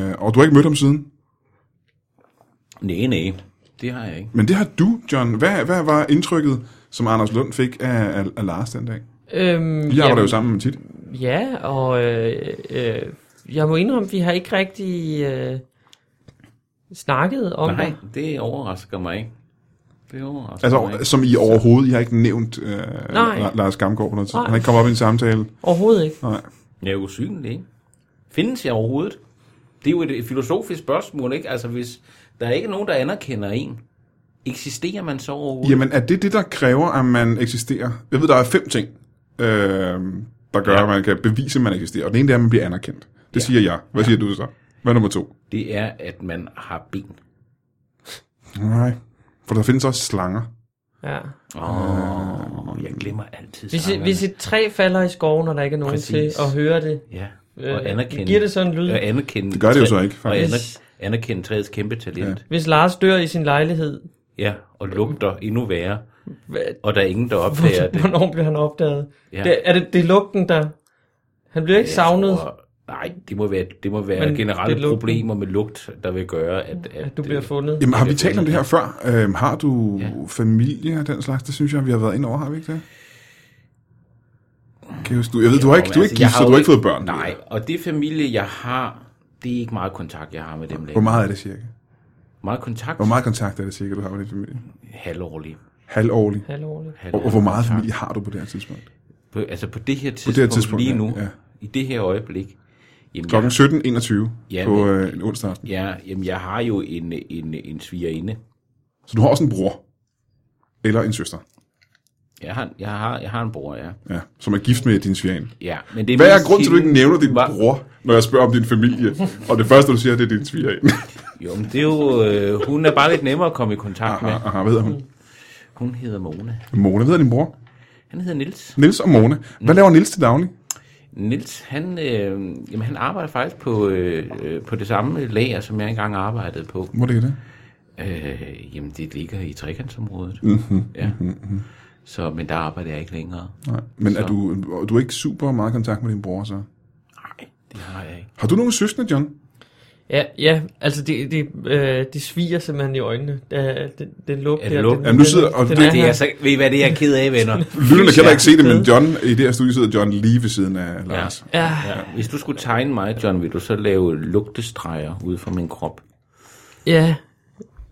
Øh, og du har ikke mødt ham siden.
Nej, nej. Det har jeg ikke.
Men det har du, John. Hvad, hvad var indtrykket, som Anders Lund fik af, af, af Lars den dag?
Øhm,
Jeg var der jo sammen med ham tit.
Ja, og øh, øh, jeg må indrømme, vi har ikke rigtig øh, snakket om
Nej,
det.
det overrasker mig ikke. Det overrasker mig
Altså,
ikke.
som I overhovedet, I har ikke nævnt øh, La- Lars Gamgaard på noget tid.
Nej.
Han er ikke kommet op i en samtale.
Overhovedet ikke.
Nej.
Jeg er jo usynlig, ikke? Findes jeg overhovedet? Det er jo et filosofisk spørgsmål, ikke? Altså, hvis der er ikke nogen, der anerkender en, eksisterer man så overhovedet?
Jamen, er det det, der kræver, at man eksisterer? Jeg ved, der er fem ting, øh, der gør, ja.
Ja.
at man kan bevise, at man eksisterer. Og den ene det er, at man bliver anerkendt. Det ja. siger jeg. Hvad siger du så? Hvad er nummer to?
Det er, at man har ben.
Nej. For der findes også slanger.
Ja.
Åh, oh, jeg glemmer altid
Hvis, et,
sangerne.
hvis et træ falder i skoven, og der ikke er nogen
Præcis.
til at høre det,
Ja, og
øh,
anerkende.
giver det sådan en lyd.
Og anerkende
Det gør det jo
træ-
så ikke,
Og
faktisk.
aner, anerkende træets kæmpe talent.
Hvis Lars dør i sin lejlighed,
Ja. ja, og lugter endnu værre.
hvad,
Og der er ingen, der opdager
hvornår,
det.
hvornår bliver han opdaget?
Ja.
Det, er det, det er lugten, der... Han bliver ikke
Jeg
savnet,
tror- Nej, det må være, det må være
Men
generelle
det er lugten.
problemer med lugt, der vil gøre, at... at, øh,
at du bliver fundet.
Jamen, har vi
Det er
talt om det her før? Øhm, har du ja.
Ja.
familie og den slags? Det synes jeg, vi har været ind over, har vi ikke det? Kan jeg, huske, du, jeg ved, du har ikke, du er ikke
altså,
gift, så du har ikke fået børn.
Nej, og det familie, jeg har, det er ikke meget kontakt, jeg har med dem
Hvor
længere.
meget er det cirka?
Meget kontakt?
Hvor meget kontakt er det cirka, du har med din familie?
Halvårlig.
Halvårlig.
Halvårligt.
Og, og hvor meget familie har du på det her tidspunkt?
På, altså på det her tidspunkt,
her tidspunkt,
lige
ja,
nu,
ja.
i det her øjeblik, jamen,
Klokken 17.21
Ja,
på
men-
øh, en onsdag aften.
jeg, ja, jamen, jeg har jo en, en, en svigerinde.
Så du har også en bror. Eller en søster.
Jeg har, jeg har, jeg har en bror, ja.
Ja, som er gift med din svigerinde.
ja men det
Hvad er
mest
grunden til, at du ikke
hende-
nævner din
var-
bror, når jeg spørger om din familie? Og det første, du siger, det er din svigerinde.
Jo, men det er jo, øh, hun er bare lidt nemmere at komme i kontakt med.
Aha, aha, Ah, hvad hedder hun?
Hun hedder Mona.
Mona. Hvad hedder din bror?
Han hedder Nils.
Nils og Mona.
Mm.
Hvad laver Nils til daglig?
Nils, han, øh, jamen, han arbejder faktisk på, øh, øh, på det samme lager, som jeg engang arbejdede på.
Hvor det er det?
Øh, jamen, det ligger i trekantsområdet. Mm-hmm,
Mhm,
ja. Mm-hmm. Så, men der arbejder jeg ikke længere.
Nej. Men er du, du er ikke super meget i kontakt med din bror, så?
Nej, det har jeg ikke.
Har du nogen søskende, John?
Ja, ja altså det, det, øh, det sviger simpelthen i øjnene. Ja, den, den luk
Ja, den
der.
luk.
Den,
Jamen, nu sidder- og
den,
det-
den er
Det er
her.
så, ved I hvad, det er jeg ked af, venner.
Lytterne kan da ikke se det, men John, i det her studie sidder John lige ved siden af Lars.
Ja,
Ja. Hvis du skulle tegne mig, John, vil du så lave lugtestreger ud fra min krop?
ja.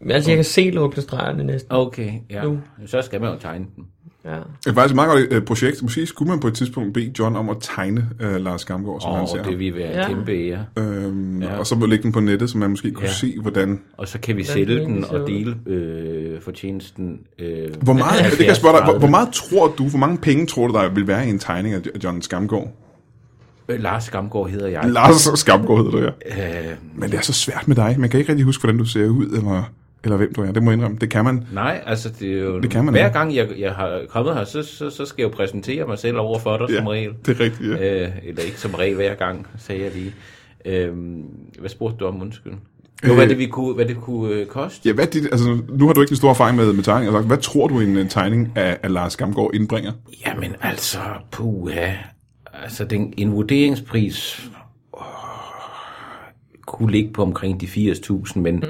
Men altså, jeg kan se lugtestregerne næsten.
Okay, ja.
Nu.
Så skal man jo tegne den.
Ja.
Det er faktisk et meget godt øh, projekt. Måske skulle man på et tidspunkt bede John om at tegne øh, Lars Gamgaard, som
Og
han ser.
det vil være
Ja.
ja. kæmpe ære.
Øhm,
Ja.
Og så lægge den på nettet, så man måske kunne
Ja.
se, hvordan...
Og så kan vi
Hvordan
sælge
det
den
egentlig
og
ser
dele øh, fortjenesten. Øh,
Hvor meget, det kan jeg
70,
spørge dig, hvor, hvor
30.
meget tror du, hvor mange penge tror du, der vil være i en tegning af John Skamgaard?
Øh, Lars Skamgaard hedder jeg.
Lars Skamgaard hedder du, ja.
øh,
Men det er så svært med dig. Man kan ikke rigtig huske, hvordan du ser ud, eller, eller hvem du er. Det må jeg indrømme. Det kan man.
nej, altså det er jo...
Det kan man
hver
ikke.
gang jeg, jeg har kommet her, så, så, så skal jeg jo præsentere mig selv over for dig ja. som regel.
det er rigtigt, ja.
Øh, eller ikke som regel hver gang, sagde jeg lige. Øh, hvad spurgte du om, undskyld? Jo, hvad
Øh.
det, vi kunne, hvad det kunne øh, koste?
Ja, hvad er dit, altså, nu har du ikke en stor erfaring med, med tegning. Altså, hvad tror du, en, en tegning af, af Lars Gamgaard indbringer?
Jamen altså, puha. Altså, den, en vurderingspris åh, kunne ligge på omkring de 80.000, men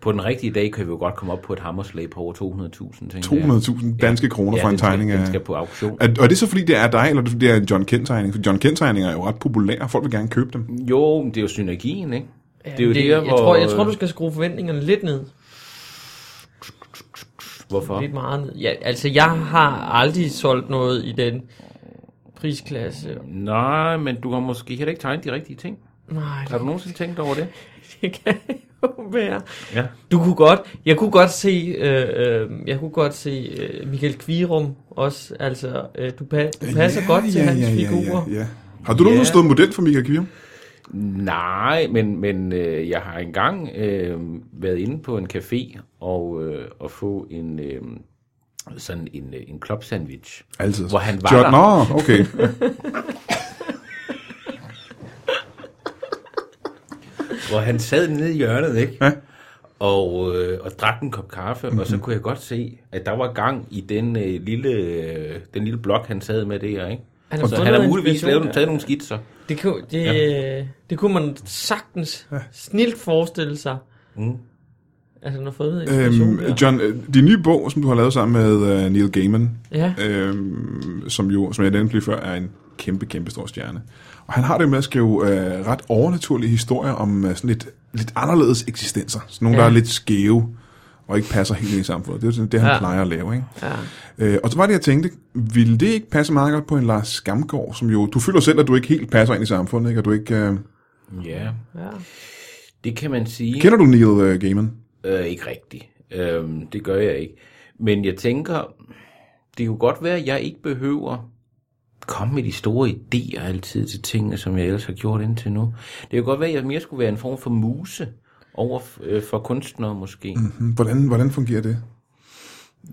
på den rigtige dag kan vi jo godt komme op på et hammerslag på over 200.000, tænker jeg.
200.000 danske kroner
Ja,
for en
den skal-
tegning
den
af...
skal på auktion.
Er, og er det så, fordi det er dig, eller er det, fordi det er en John Kent-tegning? For John Kent-tegninger er jo ret populære. Folk vil gerne købe dem.
Jo, men det er jo synergien, ikke? det er jo det,
det,
der,
jeg,
hvor...
tror, jeg tror, du skal skrue forventningerne lidt ned.
Hvorfor?
Lidt meget ned. Ja, altså, jeg har aldrig solgt noget i den prisklasse.
Nej, men du har måske heller ikke tegnet de rigtige ting.
Nej,
Har du nogensinde tænkt over det?
det kan jo være.
Ja.
Du kunne godt, jeg kunne godt se, øh, øh, jeg kunne godt se øh, Michael Kvirum også, altså øh, du, pa, du passer
Ja,
godt til
ja,
hans
ja, ja,
figurer.
Ja, ja. Har du nogensinde
Ja.
stået model for Michael Kvium?
Nej, men, men øh, jeg har engang øh, været inde på en café og, øh, og få en øh, sådan en, øh, en klop sandwich.
Altid.
Hvor han var
John,
der.
Nå, okay.
Hvor han sad nede i hjørnet, ikke? Ja. Og, øh, og drak en kop kaffe, mm-hmm. og så kunne jeg godt se, at der var gang i den, øh, lille, øh, den lille blok, han sad med der, ikke?
Han
Så
fundet
han har
noget
muligvis
inspiration.
lavet, taget nogle skitser.
Det kunne, det, ja. det kunne man sagtens snilt forestille sig.
Mm.
Altså, når fået noget inspiration
øhm,
der.
John, øh, din nye bog, som du har lavet sammen med uh, Neil Gaiman,
Ja,
øhm, som jo, som jeg nævnte lige før, er en kæmpe, kæmpe stor stjerne. Og han har det med at skrive øh, ret overnaturlige historier om øh, sådan lidt, lidt anderledes eksistenser. Sådan nogle,
Ja.
der er lidt skæve og ikke passer helt ind i samfundet. Det er jo sådan det, han
Ja.
ja. plejer at lave, ikke?
ja.
Øh, og så var det, jeg tænkte, ville det ikke passe meget godt på en Lars Skamgaard, som jo, du føler selv, at du ikke helt passer ind i samfundet, ikke? Og du ikke, øh,
Ja,
ja.
det kan man sige.
kender du Neil øh, Gaiman?
Øh, ikke rigtigt. Øh, det gør jeg ikke. Men jeg tænker, det kunne godt være, at jeg ikke behøver komme med de store idéer altid til tingene, som jeg ellers har gjort indtil nu. Det kunne godt være, at jeg mere skulle være en form for muse over øh, for kunstnere måske. Mm.
Hmm, Hvordan, hvordan fungerer det?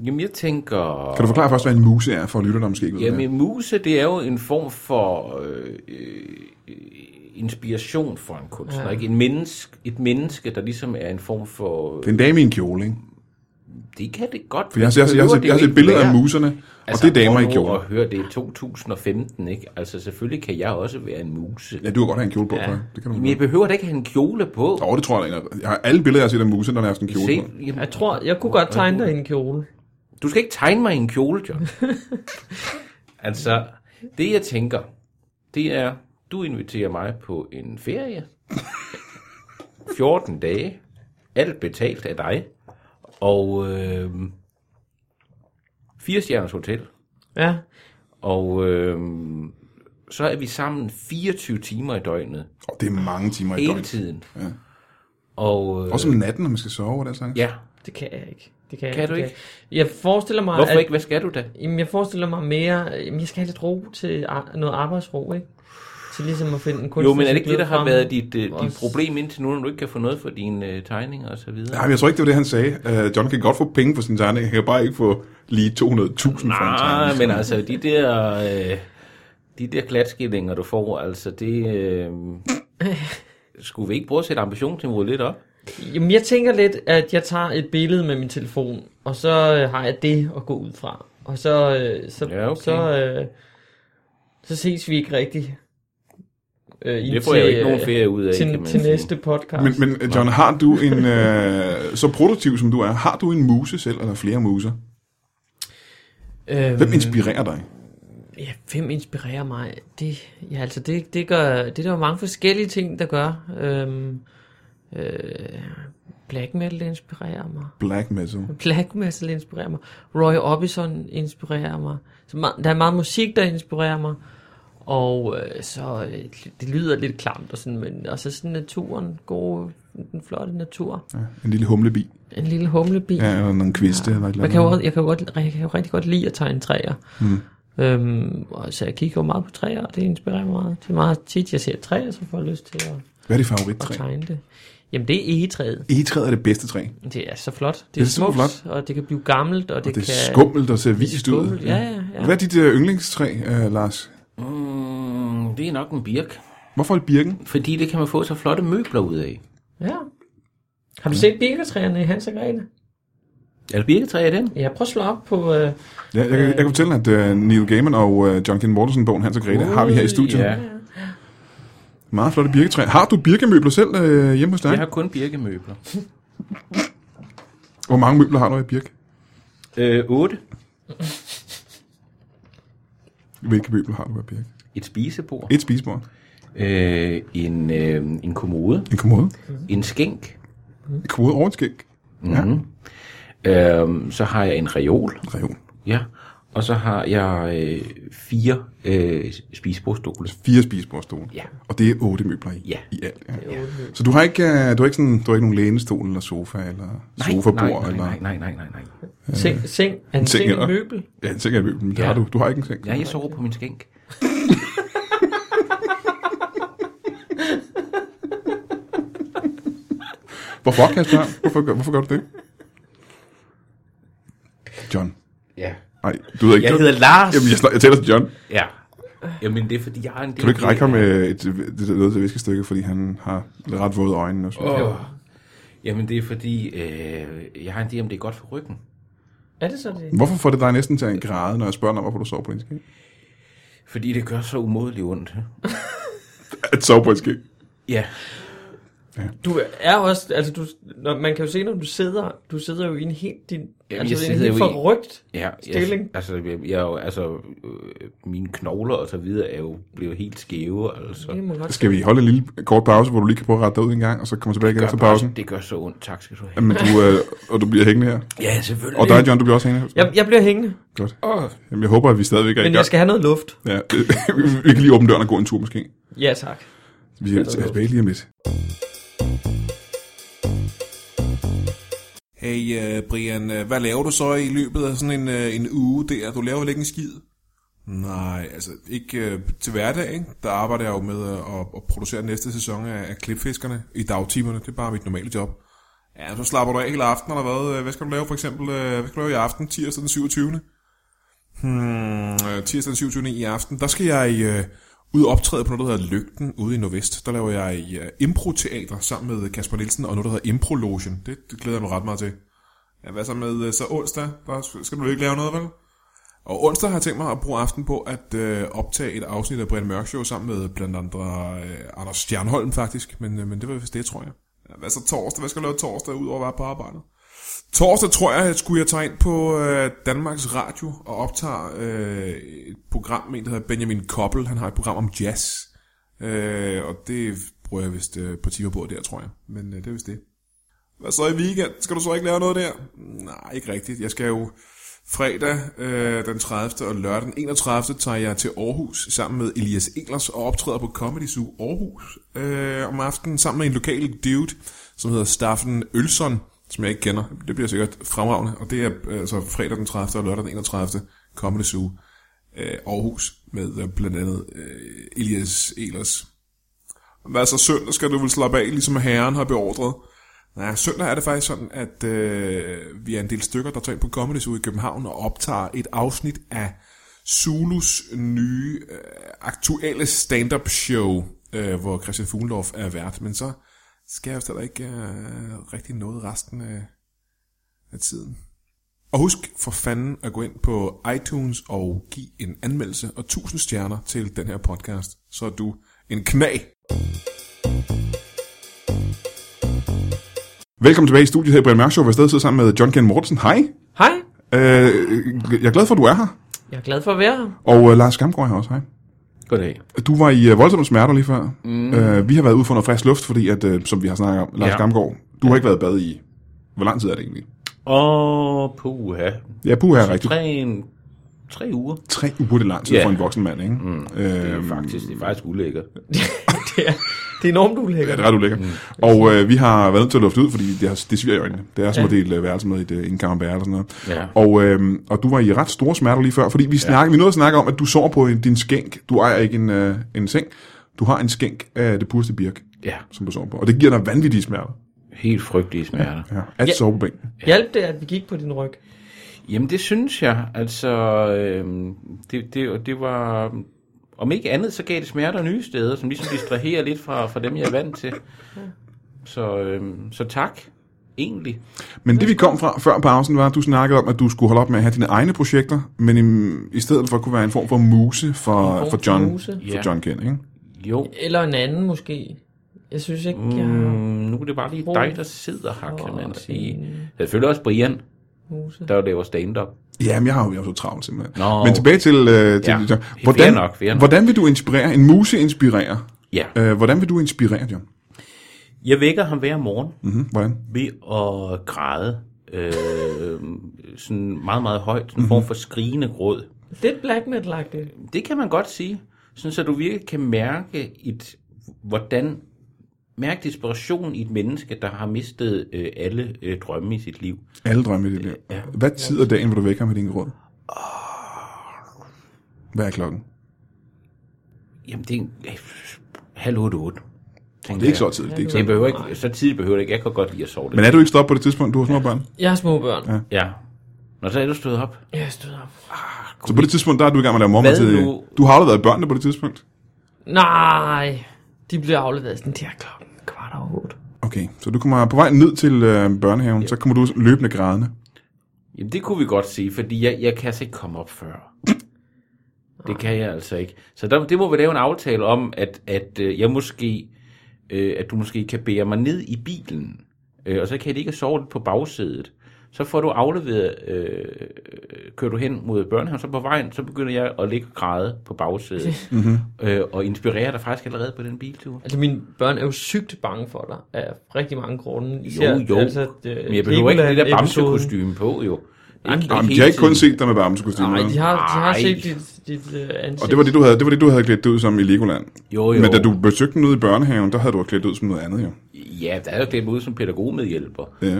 Jamen jeg tænker...
Kan du forklare først, hvad en muse er, for lytter, der måske ikke ved
Jamen
det?
en muse, det er jo en form for øh, øh, inspiration for en kunstner.
Ja.
Ja. Ikke? En menneske, et menneske, der ligesom er en form for...
Det er en dame i en kjole, ikke?
Det kan det godt.
For jeg, har- jeg, har- jeg, har set- jeg har set billeder af muserne, og
Altså,
det er damer i
Og
kjole.
hør, det er 2015, ikke? Altså, selvfølgelig kan jeg også være en muse.
Ja, du kan godt have en kjole på, ja. Det kan du
Men jeg
godt.
behøver da ikke have en kjole på.
Åh, det tror jeg, der er en af- jeg har alle billeder, jeg har set af muserne, der har haft en kjole
Se,
på.
jamen,
Jeg tror, jeg kunne godt tegne dig i en kjole.
du skal ikke tegne mig i en kjole, John. altså, det jeg tænker, det er, du inviterer mig på en ferie. 14 dage. Alt betalt af dig. Og øh, fire stjerners hotel.
Ja,
Og øh, så er vi sammen 24 timer i døgnet.
Åh, det er mange timer i
Hele
døgnet.
tiden.
Ja.
Og øh,
Også om natten, når man skal sove, og den slags.
ja,
det kan jeg ikke. Det kan,
Kan
jeg,
du
det
ikke?
Jeg. jeg forestiller mig,
hvorfor
at,
ikke? Hvad skal du da?
Jamen, jeg forestiller mig mere, jamen, jeg skal have lidt ro til ar- noget arbejdsro, ikke? Til ligesom at finde en kunst.
Jo, men er det ikke det, der har været dit, øh, dit problem indtil nu, når du ikke kan få noget for dine øh, tegninger og så videre?
Nej, men jeg tror ikke, det var det, han sagde. Uh, John kan godt få penge for sin tegning, han kan bare ikke få lige 200.000 for en
Nej,
tegning.
men altså, de der, øh, de der klatskillinger, du får, altså, det... Øh, skulle vi ikke prøve at sætte ambitionsniveauet lidt op?
Jamen, jeg tænker lidt, at jeg tager et billede med min telefon, og så øh, har jeg det at gå ud fra. Og så, øh, så,
Ja, okay.
så, øh, så ses vi ikke rigtigt. øh,
Det får jeg jo ikke nogen ferie ud af.
til,
kan man
til
sige.
næste podcast.
Men, men John, har du en, øh, så produktiv som du er, har du en muse selv, eller flere muser?
øhm,
Hvem
Øh.
inspirerer dig?
Ja, hvem inspirerer mig? Det, ja, altså det, det, gør, det er der jo mange forskellige ting, der gør. Øhm, øh, black metal inspirerer mig.
Black metal.
Black metal inspirerer mig. Roy Orbison inspirerer mig. Så meget, der er meget musik, der inspirerer mig. Og øh, så, øh, det lyder lidt klamt, og, sådan, men, og så sådan naturen, god, den flotte natur.
Ja, en lille humlebi.
En lille humlebi.
Ja, eller nogle kviste. Ja. Eller et eller
Man kan jo,
andet.
også- jeg, kan jo godt, jeg kan jo rigtig godt lide at tegne træer. Mm. Øhm, og så jeg kigger jo meget på træer, og det inspirerer mig meget. Det er meget tit, jeg ser et træ, og så får jeg lyst til at,
Hvad er dit
at
favorittræ?
tegne det. Jamen, det er egetræet.
Egetræet er det bedste træ. Det,
Det er så flot. Det er,
Det er super
smukt, flot. og det kan blive gammelt, og det,
det er
kan...
skummelt og ser
det er
vist ud.
skummelt, Ja, ja, ja.
Hvad er dit øh, yndlingstræ, øh, Lars?
Mm, det er nok en birk.
Hvorfor er birken?
Fordi det kan man få så flotte møbler ud af.
ja. Har du set birketræerne i Hans og Grete?
Er der birketræ i den?
Ja, prøv at slå op på... Øh,
Ja, jeg, kan- jeg kan fortælle, at øh, Neil Gaiman og øh, John Ken Mortensen bogen Hans og Grete har vi her i studiet.
Ja.
Meget flotte birketræ. Har du birkemøbler selv øh, hjemme hos dig?
Jeg har kun birkemøbler.
Hvor mange møbler har du i birk?
Øh, 8.
Hvilke møbler har du i birk?
Et spisebord.
Et spisebord.
Øh, en, øh, en kommode.
En kommode.
En skænk.
En kommode over en skæg.
Øh, så har jeg en reol.
En reol.
Ja. Og så har jeg øh, fire øh, spisebordstole.
Fire spisebordstole.
Ja.
Og det er otte møbler i,
Ja.
i alt. Ja. Så du har ikke, øh, du har ikke, sådan, du har ikke nogen lænestol eller sofa eller sofabord?
nej,
eller...
nej, nej, nej, nej, nej.
seng, seng, er en
Seng,
seng
ja.
en møbel?
Ja, en seng er møbel, men det
Ja.
har du. Du har ikke en seng.
Ja, jeg sover på min skænk.
Hvorfor, kan jeg spørge? Hvorfor, gør- hvorfor gør du det? John.
Ja.
Nej, du ved ikke.
Jeg
du-
hedder Lars.
Jamen, jeg, snak- jeg taler til John.
Ja. Jamen, det er fordi, jeg har en del...
Kan du ikke række ham med et, det der noget til viskestykke, fordi han har ret våde øjne og sådan noget.
Åh. Jamen, det er fordi, øh, jeg har en idé om, det er godt for ryggen.
Er det så det?
Hvorfor får det dig næsten til at græde, når jeg spørger dig, om, hvorfor du sover på din skæg?
Fordi det gør så umådeligt ondt.
At sove på en skæg.
Ja.
Du er også, altså du, når, man kan jo se, når du sidder, du sidder jo i en helt, din,
jeg
altså en
sidder
helt
jo i-
forrygt.
ja
Stilling.
Jeg, altså, jeg, jeg, er jo- altså øh, mine knogler og så videre er jo blevet helt skæve. Altså.
Det må godt
Skal vi holde en lille kort pause, hvor du lige kan prøve at rette dig ud en gang, og så kommer tilbage igen
Gør
efter
bare-
pausen?
Det gør så ondt. Tak skal du have.
Jamen, du, øh, og du bliver hængende her.
Ja, selvfølgelig.
Og dig, John, du bliver også hængende.
Jeg, jeg bliver hængende,
Godt.
Åh.
Jamen, jeg håber, at vi stadigvæk er i
men
gang.
jeg skal have noget luft.
Ja, øh, vi kan lige åbne døren og gå en tur måske.
Ja, tak.
Vi er tilbage lige om lidt.
Hey øh, Brian, øh, hvad laver du så i løbet af sådan en, øh, en uge der? Du laver vel ikke en skid? Nej, altså ikke øh, til hverdag. ikke? Der arbejder jeg jo med øh, at, at producere næste sæson af, af Klipfiskerne i dagtimerne. Det er bare mit normale job. Ja, så slapper du af hele aftenen eller hvad? Hvad skal du lave for eksempel? øh, Hvad skal du lave i aften, tirsdag den 27. Hmm, øh, tirsdag den 27. i aften, der skal jeg øh, ud og optræde på noget, der hedder Lygten ude i Nordvest. Der laver jeg øh, impro-teater sammen med Kasper Nielsen og noget, der hedder Imprologen. Det, det glæder jeg mig ret meget til. Ja, hvad så med øh, så onsdag? Der skal du ikke lave noget, vel? Og onsdag har jeg tænkt mig at bruge aften på at øh, optage et afsnit af Brian Mørk Show sammen med blandt andre øh, Anders Stjernholm faktisk, men, øh, men det var vist det, tror jeg. Ja, hvad så torsdag? Hvad skal jeg lave torsdag, udover at være på arbejde? Torsdag tror jeg, at skulle jeg tage ind på øh, Danmarks Radio og optage øh, et program med en, der hedder Benjamin Koppel. Han har et program om jazz, øh, og det bruger jeg vist øh, et par timer på der, tror jeg. Men øh, det er vist det. Hvad så i weekend? Skal du så ikke lave noget der? Nej, ikke rigtigt. Jeg skal jo fredag øh, den 30. og lørdag den 31. tager jeg til Aarhus sammen med Elias Eglers og optræder på Comedy Zoo Aarhus øh, om aftenen sammen med en lokal dude, som hedder Staffen Ølson, som jeg ikke kender. Det bliver sikkert fremragende, og det er øh, altså fredag den 30. og lørdag den 31. Comedy Zoo øh, Aarhus med øh, blandt andet øh, Elias Eglers. Hvad så søndag skal du vel slappe af, ligesom herren har beordret? Nej, søndag er det faktisk sådan, at øh, vi er en del stykker, der tager ind på Comedy Zoo i København og optager et afsnit af Zulus nye øh, aktuelle stand-up show, øh, hvor Christian Fuglendorf er vært. Men så skal jeg jo stadig ikke øh, rigtig noget resten af, af tiden. Og husk for fanden at gå ind på iTunes og give en anmeldelse og tusind stjerner til den her podcast, så du En knag.
Velkommen tilbage i studiet her i Brian Mørk Show, hvor jeg stadig sidder sammen med John Ken Mortensen. Hej.
Hej,
Øh, jeg er glad for, at du er her.
jeg er glad for at være her.
Og øh, Lars Skamgaard er her også. Hej.
Goddag.
Du var i øh, voldsomme smerter lige før. Mm. Øh, vi har været ude for noget frisk luft, fordi at, øh, som vi har snakket om, Lars ja.
Ja.
Gamgaard, du har ikke været i bad i... Hvor lang tid er det egentlig?
Og puha.
Ja, puha, rigtigt.
Tre, en, tre uger.
Tre uger det er lang tid
Ja.
for en voksen mand, ikke? Mm.
Det
Øh,
er faktisk, det er faktisk ulækkert.
Det er, det er enormt
ja,
ulækkert.
det er ret ulækkert. Mm. Og øh, vi har været nødt til at lufte ud, fordi det, har, det sviger i øjnene. Det er som ja. at dele øh, værelse med et øh, indkammer eller sådan noget.
Ja.
Og, øh, og du var i ret store smerter lige før, fordi vi, snakker, vi nåede at snakke om, at du sover på en, din skænk. Du ejer ikke en, øh, en seng. Du har en skænk af det pureste birk,
Ja,
som du sover på. Og det giver dig vanvittige smerter.
helt frygtelige smerter.
Ja. At ja.
Ja.
sove på bænken.
Hjalp det, at vi gik på din ryg?
Jamen, det synes jeg. Altså, øhm, det, det, det var... Om ikke andet, så gav det smerter nye steder, som ligesom distraherer lidt fra, fra dem, jeg er vant til. Så, øhm, så tak, egentlig.
Men det vi kom fra før pausen var, at du snakkede om, at du skulle holde op med at have dine egne projekter, men øhm, i, i stedet for kunne være en form for muse for,
form
for
for
John,
muse.
for
Ja.
John Kent, ikke?
Jo,
Eller en anden måske. Jeg synes ikke, jeg har
mm, nu er det bare lige
brug
dig, der sidder her, kan man
for
sige.
en
Selvfølgelig også Brian,
muse.
der jo laver stand-up.
Jamen, jeg har jo jeg er jo så travlt simpelthen.
Nå.
Men tilbage til, øh, til
Ja.
John.
Fair
Hvordan,
nok, fair nok.
hvordan vil du inspirere, en muse inspirerer?
Ja.
Øh, hvordan vil du inspirere, John?
Jeg vækker ham hver morgen
Mm-hmm. Hvordan?
ved at græde. Øh, sådan meget, meget højt. Sådan en form for skrigende gråd.
Lidt black metal-agtigt.
Det kan man godt sige. Sådan så du virkelig kan mærke et, hvordan mærke inspiration i et menneske, der har mistet øh, alle øh, drømme i sit liv.
Alle drømme i dit liv. Hvad tid af dagen vil du vække ham med din råd?
Ah.
Hvad er klokken?
Jamen, det er en- øh, halv otte, otte.
Det er ikke så tid. Det er ikke
Det
så.
behøver ikke, så tidligt behøver det ikke. Jeg kan godt lide at sove det.
Men er du ikke stoppet på det tidspunkt, du har små børn?
Jeg har små børn. Ja.
Ja. Nå, så er du stået op.
Jeg stod op.
Så på det tidspunkt, der er du i gang med at lave mormor
Hvad
til...
nu?
Du har aldrig været i børnene på det tidspunkt?
Nej, de bliver afleveret sådan der klokken kvart over otte.
Okay, så du kommer på vej ned til øh, børnehaven, ja. så kommer du løbende grædende.
Jamen, det kunne vi godt sige, fordi jeg, jeg kan altså ikke komme op før. Det kan jeg altså ikke. Så der, det må vi lave en aftale om, at, at øh, jeg måske, øh, at du måske kan bære mig ned i bilen, øh, og så kan jeg ligge og sove lidt på bagsædet. Så får du afleveret, øh, kører du hen mod børnehaven, så på vejen, så begynder jeg at ligge og græde på bagsædet, mm-hmm. øh, og inspirere dig faktisk allerede på den biltur.
Altså, mine børn er jo sygt bange for dig af rigtig mange grunde. Især,
Jo, jo.
Altså,
Men jeg behøver ikke det der
bamsekostyme.
bamsekostyme på, jo.
Nej,
Ikke-
Jamen, de har
ikke hele
ikke kun
tiden.
set dig med varmeskostymer.
Nej, de har, de har
Ej.
set dit, dit øh, ansigt.
Og det var det, du havde, det var det, du havde klædt dig ud som i Legoland.
Jo, jo.
Men da du besøgte den ude i børnehaven, der havde du klædt dig ud som noget andet, jo.
Ja, der er jo klædt mig ud som pædagogmedhjælper.
Ja.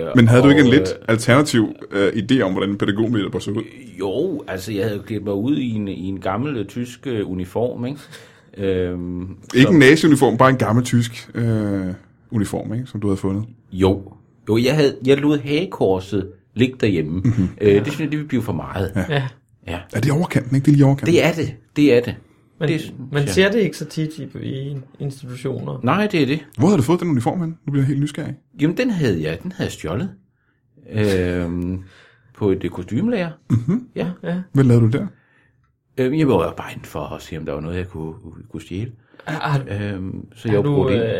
Øh,
Men havde du ikke en
og,
lidt alternativ øh, idé om, hvordan en pædagogmedhjælper så ud?
øh, Jo, altså jeg havde jo klædt mig ud i en, i en gammel øh, tysk øh, uniform, ikke? Øhm,
Ikke en nazi-uniform, bare en gammel tysk øh, uniform, ikke, som du havde fundet.
jo, jo jeg, havde, jeg lod hagekorset ligge derhjemme.
Mhm.
øh, det synes jeg, det ville blive for meget. Ja.
Ja,
ja.
Er det overkanten, ikke? Det er lige overkanten.
Det er det, det er det.
men
Det synes
man
jeg.
ser det ikke så tit i, i institutioner.
Nej, det er det.
Hvor havde du fået den uniform hen? Nu bliver jeg helt nysgerrig.
Jamen, den havde jeg, den havde jeg stjålet. Øhm, på et øh, kostymelager.
Mhm.
Mm-hmm. Ja.
Ja.
Hvad lavede du der?
Øhm, jeg var jo bare inden for at se, om der var noget, jeg kunne, kunne stjæle.
Har, har,
Øhm, så
har
jeg
du,
brugte ind.
øh,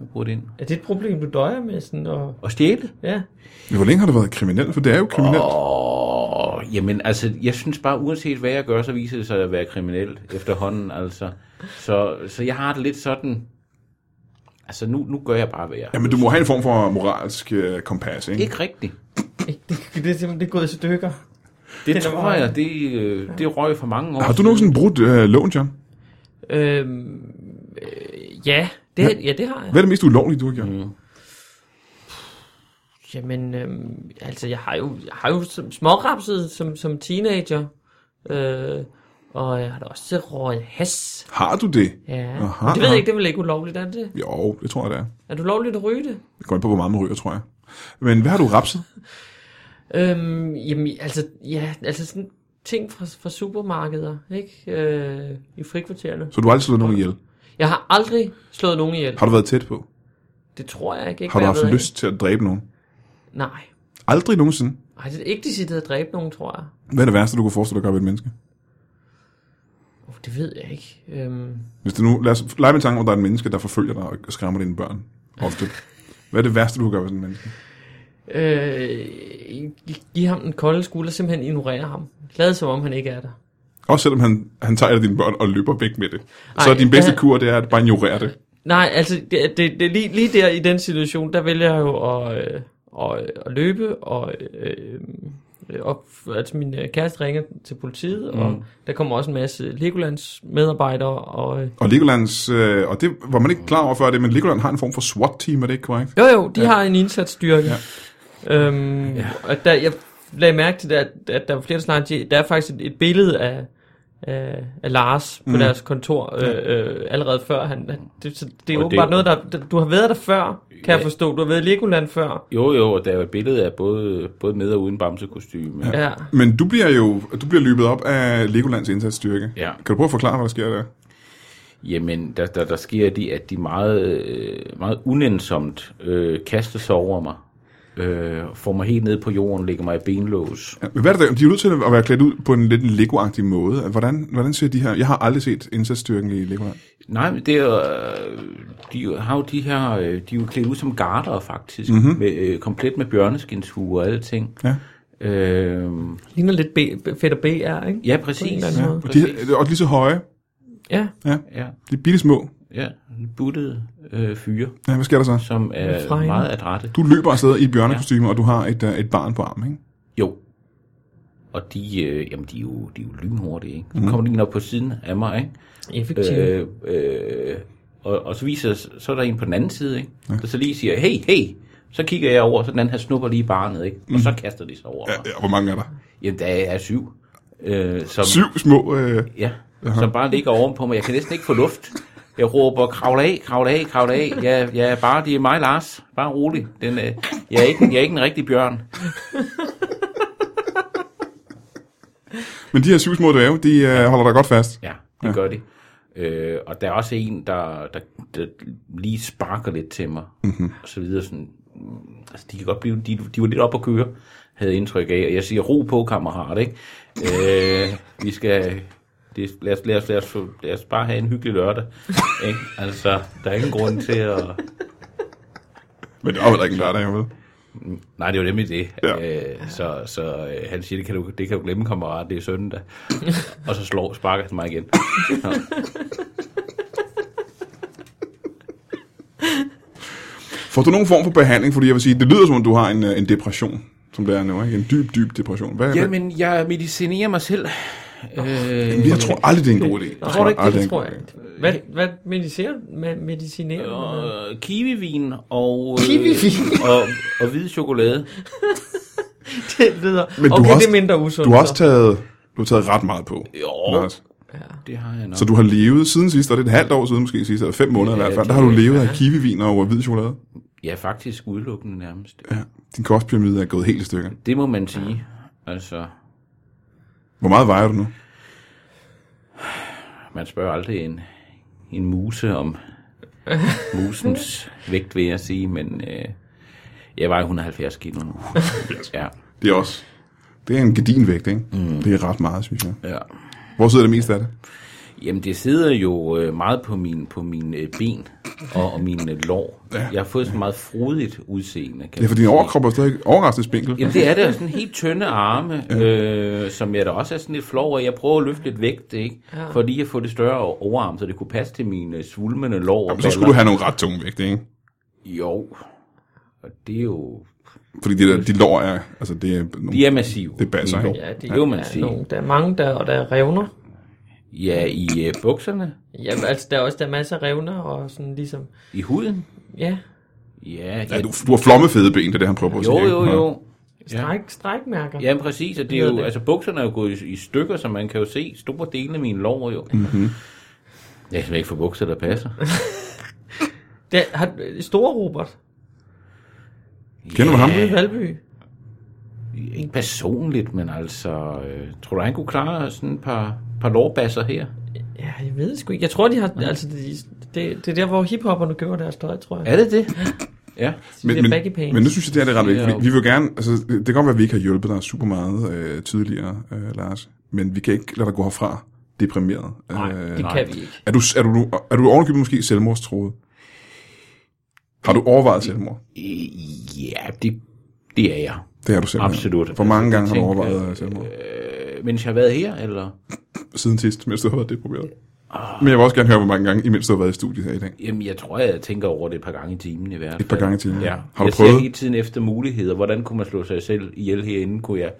Jeg brugte ind.
er det et problem, du døjer med sådan? Og,
Og stjæle?
ja.
Hvor længe har du været kriminel? For det er jo kriminelt.
Åh, jamen altså, jeg synes bare, uanset hvad jeg gør, så viser det sig at være kriminel efterhånden, altså. Så, så jeg har det lidt sådan, altså nu, nu gør jeg bare, hvad jeg har
Jamen, du
lyst.
må have en form for moralsk øh, kompas, ikke?
Ikke rigtigt.
Ikke, det, det er simpelthen det er gået i stykker.
Det
er
tror
meget-
jeg, det, øh, det røg for mange år
Har du
siden.
nogensinde brudt øh, loven, John?
Øhm, øh, ja, det, ja, det har jeg.
Hvad er det mest ulovlige, du har gjort? Mm.
Jamen, øhm, altså, jeg har jo, jeg har jo som- smårapset som, som teenager. Øh, og jeg har da også røget has.
Har du det?
Ja.
Aha,
Men det ved
aha.
jeg ikke, det er vel ikke ulovligt, er det det?
Jo, det tror jeg, det er.
Er du lovligt at ryge det?
Det går ind på, hvor meget man ryger, tror jeg. Men hvad har du rapset?
Øhm, jamen, altså, ja, altså sådan ting fra, fra supermarkeder, ikke? Øh, I frikvartererne.
Så du har aldrig slået nogen ihjel.
Jeg har aldrig slået nogen ihjel.
Har du været tæt på?
Det tror jeg ikke. ikke
Har du
hvad
haft
jeg ved
lyst til at dræbe nogen?
af. Nej.
Aldrig nogensinde.
Ej, det er ikke decideret at dræbe nogen, tror jeg.
Hvad er det værste, du kunne forestille dig at gøre ved et menneske?
Uh, det ved jeg ikke. Øhm,
Hvis det nu, lad os lege med tanken, om der er en menneske, der forfølger dig og skræmmer dine børn ofte. Hvad er det værste, du kan gøre ved sådan en menneske?
øh, gi- giv ham den kolde skulder, simpelthen ignorere ham. Lad som om han ikke er der.
Også selvom han, han tager et af dine børn og løber væk med det. så
Ej,
din bedste
ja.
kur, det er at bare ignorere det.
Nej, altså det, det, det, lige, lige der i den situation, der vælger jeg jo at, øh, at, øh, at løbe, og, øh, øh, og altså min øh, kæreste ringer til politiet, mm. og der kommer også en masse Legolands medarbejdere, og øh,
Og Legolands, øh, og det var man ikke klar over før det, men Legoland har en form for SWAT-team, er det ikke korrekt?
jo jo, de ja. har en indsatsstyrke. Ja. Øhm, ja. Og der, jeg lagde mærke til, det, at, at der var flere, der snakkede, der er faktisk et, et billede af, af, af Lars på mm. deres kontor øh, øh, allerede før. Han, han- det, så det er
Og det-
åbenbart noget, der, der, du har været der før, kan ja. jeg forstå. Du har været i Legoland før.
Jo, jo, og der er jo et billede af både, både med og uden bamsekostyme. Ja.
Ja.
Men du bliver jo du bliver løbet op af Legolands indsatsstyrke.
Ja.
Kan du prøve at forklare, hvad der sker der?
Jamen, der, der, der sker det, at de meget, øh, meget unensomt øh, kaster sig over mig. Øh, får mig helt ned på jorden, lægger mig i benlås.
Ja, men Hvad er det, der- de er jo nødt til at være klædt ud på en lidt en Lego-agtig måde. Hvordan, hvordan ser de her? Jeg har aldrig set indsatsstyrken i Legoland.
Nej, men det er, øh, de har jo de her, øh, de er jo klædt ud som gardere faktisk, mm-hmm. med, øh, komplet med bjørneskinshuer og alting.
Mhm. Ja.
Øh,
Ligner lidt B, B- fedt og BR, ikke?
ja,
På en
præcis.
eller anden
Ja,
måde.
Og, de, her- og lige så høje.
Ja.
ja,
De er bitte små.
ja. Buttede øh, fyre,
Ja, hvad sker der så?
som er
Fra hende.
meget adrette.
Du løber afsted i bjørnekostyme, og du har et, øh, et barn på armen, ikke?
Jo. Og de, øh, jamen, de, er jo, de er jo lynhurtige, ikke? Så
Mhm.
kommer de ind op på siden af mig, ikke?
Effektivt. Øh,
Øh, øh, og, og så viser så er der en på den anden side, ikke? Ja. der så lige siger, hey, hey, så kigger jeg over, så den anden her snupper lige barnet, ikke? og så kaster de sig over mig.
Mhm. Ja, ja, hvor mange er der?
Jamen, der er syv. Øh, som,
Syv små... Øh,
Ja, som bare ligger ovenpå mig. Jeg kan næsten ikke få luft. Jeg råber, kravl af, kravl af, kravl af. Ja, ja, bare, det er mig, Lars. Bare rolig. Den, øh, jeg, er ikke, jeg er ikke en rigtig bjørn.
men de her syv små dværge, de øh, holder dig godt fast.
Ja, det ja. gør det. Øh, og der er også en, der, der, der lige sparker lidt til mig, mm-hmm. og så videre. Sådan, mm, altså, de kan godt blive, de, de var lidt op at køre, havde jeg indtryk af, og jeg siger, ro på, kammerat, ikke? Øh, vi skal, det, lad, os, lad, os, lad, os, få- lad os bare have en hyggelig lørdag, ikke? Altså, der er ingen grund til at...
Men det er jo heller ikke en lørdag, jeg ved.
Nej, det var nemlig det.
Ja.
Ja. Øh, så så øh, han siger, det kan, du, det kan du glemme, kammerat, det er søndag. og så slår, sparker han mig igen.
Får du nogen form for behandling? Fordi jeg vil sige, det lyder som om, du har en, øh, en depression, som det er nu, ikke? En dyb, dyb depression. Hvad er det?
Jamen, jeg medicinerer mig selv. Øh,
Jeg tror aldrig, det er en god idé. Jeg
tror du ikke, det,
aldrig,
det
er en
tror
god
jeg.
idé.
Hvad, hvad medicinerer med, medicinerer du med?
og øh, kiwivin og, øh, og, og hvid chokolade.
Det lyder...
Men du
okay,
har
det
også-
er mindre usundt.
Du har også
så.
taget, du har taget ret meget på.
Jo,
Lars.
det har jeg nok.
Så du har levet siden sidst, og det er et halvt år siden måske sidst, eller fem måneder i hvert fald, der har du levet af kiwivin og hvid chokolade.
Ja, faktisk udelukkende nærmest.
Ja. Din kostpyramide er gået helt i stykker.
Det må man sige. Altså,
Hvor meget vejer du nu?
man spørger aldrig en, en muse om musens vægt, vil jeg sige, men øh, jeg vejer 170 kilo nu. Ja,
Det er også. Det er en gedin vægt, ikke? Mm. Det er ret meget, synes jeg.
ja.
Hvor sidder det mest af det?
Jamen, det sidder jo øh, meget på min på mine øh, ben og, og mine øh, lår. Jeg har fået sådan meget frodigt udseende. Kan
Det er, for din overkrop er stadig overraskende spinkel.
Jamen det er det, og sådan helt tynde arme, øh, som jeg da også er sådan lidt flov over. Jeg prøver at løfte lidt vægt, ikke? Ja. For lige at få det større overarm, så det kunne passe til mine øh, svulmende lår. og
Jamen, så skulle du
baller.
have nogle ret tunge vægte, ikke?
Jo, og det er jo...
Fordi det der, de lår er, altså det er nogle,
De er massive.
det passer,
mine
ikke?
lår.
Ja, det
Det må man
er
sige.
nogle, der er mange, der, og der er revner.
Ja, i øh, bukserne,
Ja, altså, der er også der er masser af revner, og sådan ligesom...
i huden.
Ja,
Ja,
Ja,
ja.
du, du har flommefede ben, det er det, han prøver på at
jo,
sige. ikke?
jo, jo.
stræk, strækmærker.
Ja, præcis, og det er jo, altså bukserne er jo gået i, i stykker, så man kan jo se store dele af mine lår jo. Mm-hmm. Jeg kan ikke få bukser, der passer.
Der, har, store Robert
Kender du ham?
ude i Valby.
Ikke personligt, men altså, øh, tror du, han kunne klare sådan et par, par lårbasser her?
Ja, jeg ved sgu ikke. Jeg tror, de har... Altså, de, det, det er der, hvor hiphopperne køber deres tøj, tror jeg.
Er det det? Ja.
De men,
men,
baggy pants.
men nu synes jeg, det er det ret vigtigt.
Ja.
fordi Vi vil gerne, altså, det det kan godt være, at vi ikke har hjulpet dig super meget øh, tydeligere, øh, Lars, men vi kan ikke lade dig gå herfra deprimeret.
Nej,
Øh,
det kan vi ikke.
Er du, er du, er du ovenikøbet måske selvmordstroet? Har du overvejet selvmord?
Øh, Ja, det, det er jeg.
Det har du selv.
Absolut.
For mange gange har du
Tænk,
overvejet selvmord.
Øh, mens jeg har været her, eller?
Siden sidst, mens du har været deprimeret. Men jeg vil også gerne høre, hvor mange gange, imens du har været i studiet her i dag.
Jamen, jeg tror, jeg tænker over det et par gange i timen i hvert fald.
Et par gange i timen.
Ja.
Har du
jeg ser
prøvet?
hele tiden efter muligheder. Hvordan kunne man slå sig selv ihjel herinde? Kunne jeg...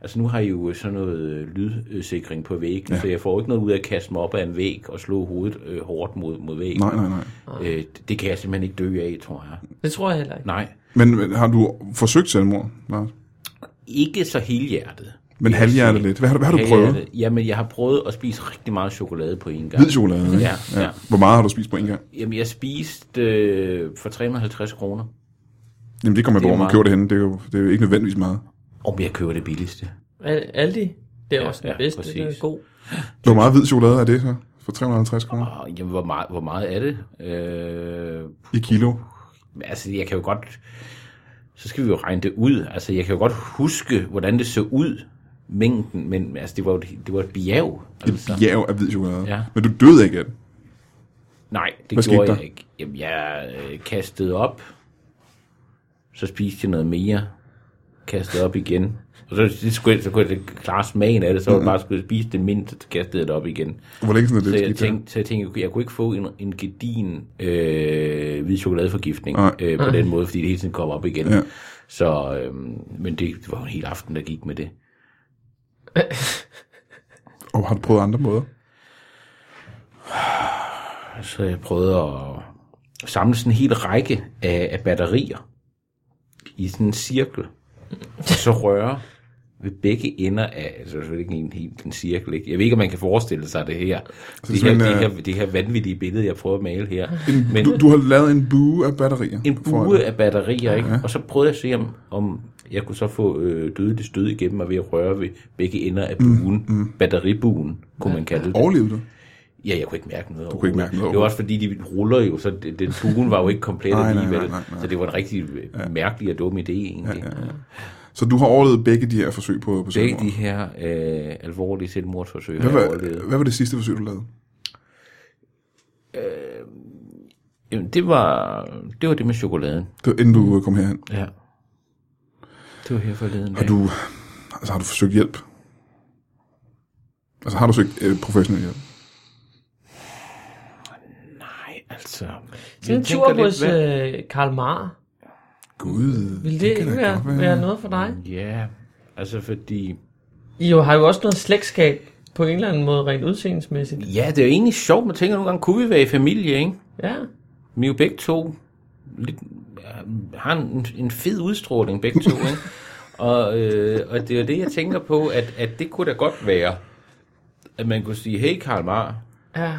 Altså, nu har jeg jo sådan noget øh, lydsikring på væggen, ja. så jeg får ikke noget ud af at kaste mig op af en væg og slå hovedet øh, hårdt mod, mod væggen.
Nej, nej, nej.
Øh, det- det kan jeg simpelthen ikke dø af, tror jeg.
Det tror jeg heller ikke.
Nej.
Men, men har du forsøgt selvmord, Lars?
Ikke så helhjertet.
Men halvhjertet lidt. Hvad har, du- hvad har du prøvet?
Helhjertet. Jamen, jeg har prøvet at spise rigtig meget chokolade på en gang.
Hvid chokolade, ikke?
Ja, ja.
Hvor meget har du spist på en gang?
Jamen, jeg spiste øh, for 350 kroner.
Jamen, det kommer jeg
Det
på,
er
hvor man
meget.
køber det henne. Det er jo, det er jo ikke nødvendigvis meget.
Og jeg køber det billigste.
Al- Aldi, det er
Ja,
også den
ja,
bedste. Det er
præcis.
god.
Hvor meget hvid chokolade er det så? For 350 kroner
Og, Ah, jamen, hvor meget, hvor meget er det? Øh,
i kilo.
men altså, jeg kan jo godt... Så skal vi jo regne det ud. Altså, jeg kan jo godt huske, hvordan det så ud, mængden, men altså, det var jo et- det var et bjerg. Altså.
Et bjerg af hvid chokolade.
Ja.
Men du døde ikke af det.
Nej, det
Hvad skete
gjorde
der?
jeg ikke. Jamen, jeg øh, kastede op, så spiste jeg noget mere, kastede op igen. Og så, det skulle, så kunne jeg ikke klare smagen af det, så var det bare, at jeg skulle spise det mindst, så kastede jeg det op igen.
Hvor længe siden er det,
Så
det
jeg,
skete?
tænkte, så jeg tænkte, jeg kunne ikke få en, en gedin øh, hvid chokoladeforgiftning
Nej.
øh, på den måde, fordi det hele tiden kom op igen.
Ja.
Så, øh, men det var en hel aften, der gik med det.
Og har du prøvet andre måder?
Så jeg prøvede at samle sådan en hel række af, af batterier i sådan en cirkel. Og så røre ved begge ender af, altså selvfølgelig ikke en helt en cirkel, ikke? Jeg ved ikke, om man kan forestille sig det her. Det her,
sådan,
det her,
øh,
det her vanvittige billede, jeg prøver at male her. Men
Du, du har lavet en bue af batterier.
en
foran
bue
dig.
af batterier, ikke? Og så prøvede jeg at se, om, om jeg kunne så få øh, dødeligt stød igennem mig ved at røre ved begge ender af
Mm,
buen. Batteribuen, kunne man kalde det.
Overlevede du?
Ja, jeg kunne ikke mærke noget. Du
kunne ikke mærke noget
Det var også fordi, de ruller jo, så det- den buen var jo ikke komplet
Nej, nej, nej,
alligevel.
nej, nej.
Så det var en rigtig ja. mærkelig og dum idé egentlig. Ja, ja, ja.
Så du har overlevet begge de her forsøg på, på
Begge
selvmord?
de her øh, alvorlige selvmordsforsøg har
Hvad
jeg
var,
overlevet.
hvad var det sidste forsøg, du lavede?
Jamen, det var, det var det med chokoladen.
Det var, inden
Mm.
du kom herhen.
Ja. Det var her forleden
Har
dag.
du, altså, har du forsøgt hjælp? Altså, har du søgt øh, professionel hjælp?
Nej, altså...
Sådan en
jeg
tur
tænker
hos
lidt, hvad-
øh, Karl Marr.
Gud,
Vil det, det
kan
ikke
da
være,
godt være.
være noget for dig?
Ja, altså fordi...
I jo har jo også noget slægtskab på en eller anden måde, rent udseendemæssigt.
Ja, det er jo egentlig sjovt, man tænker nogle gange, kunne vi være i familie, ikke?
Ja,
Vi er jo begge to lidt, har en, en fed udstråling, begge to, ikke? Og, øh, og det er jo det, jeg tænker på, at, at det kunne da godt være, at man kunne sige, hey Karl Mar,
ja.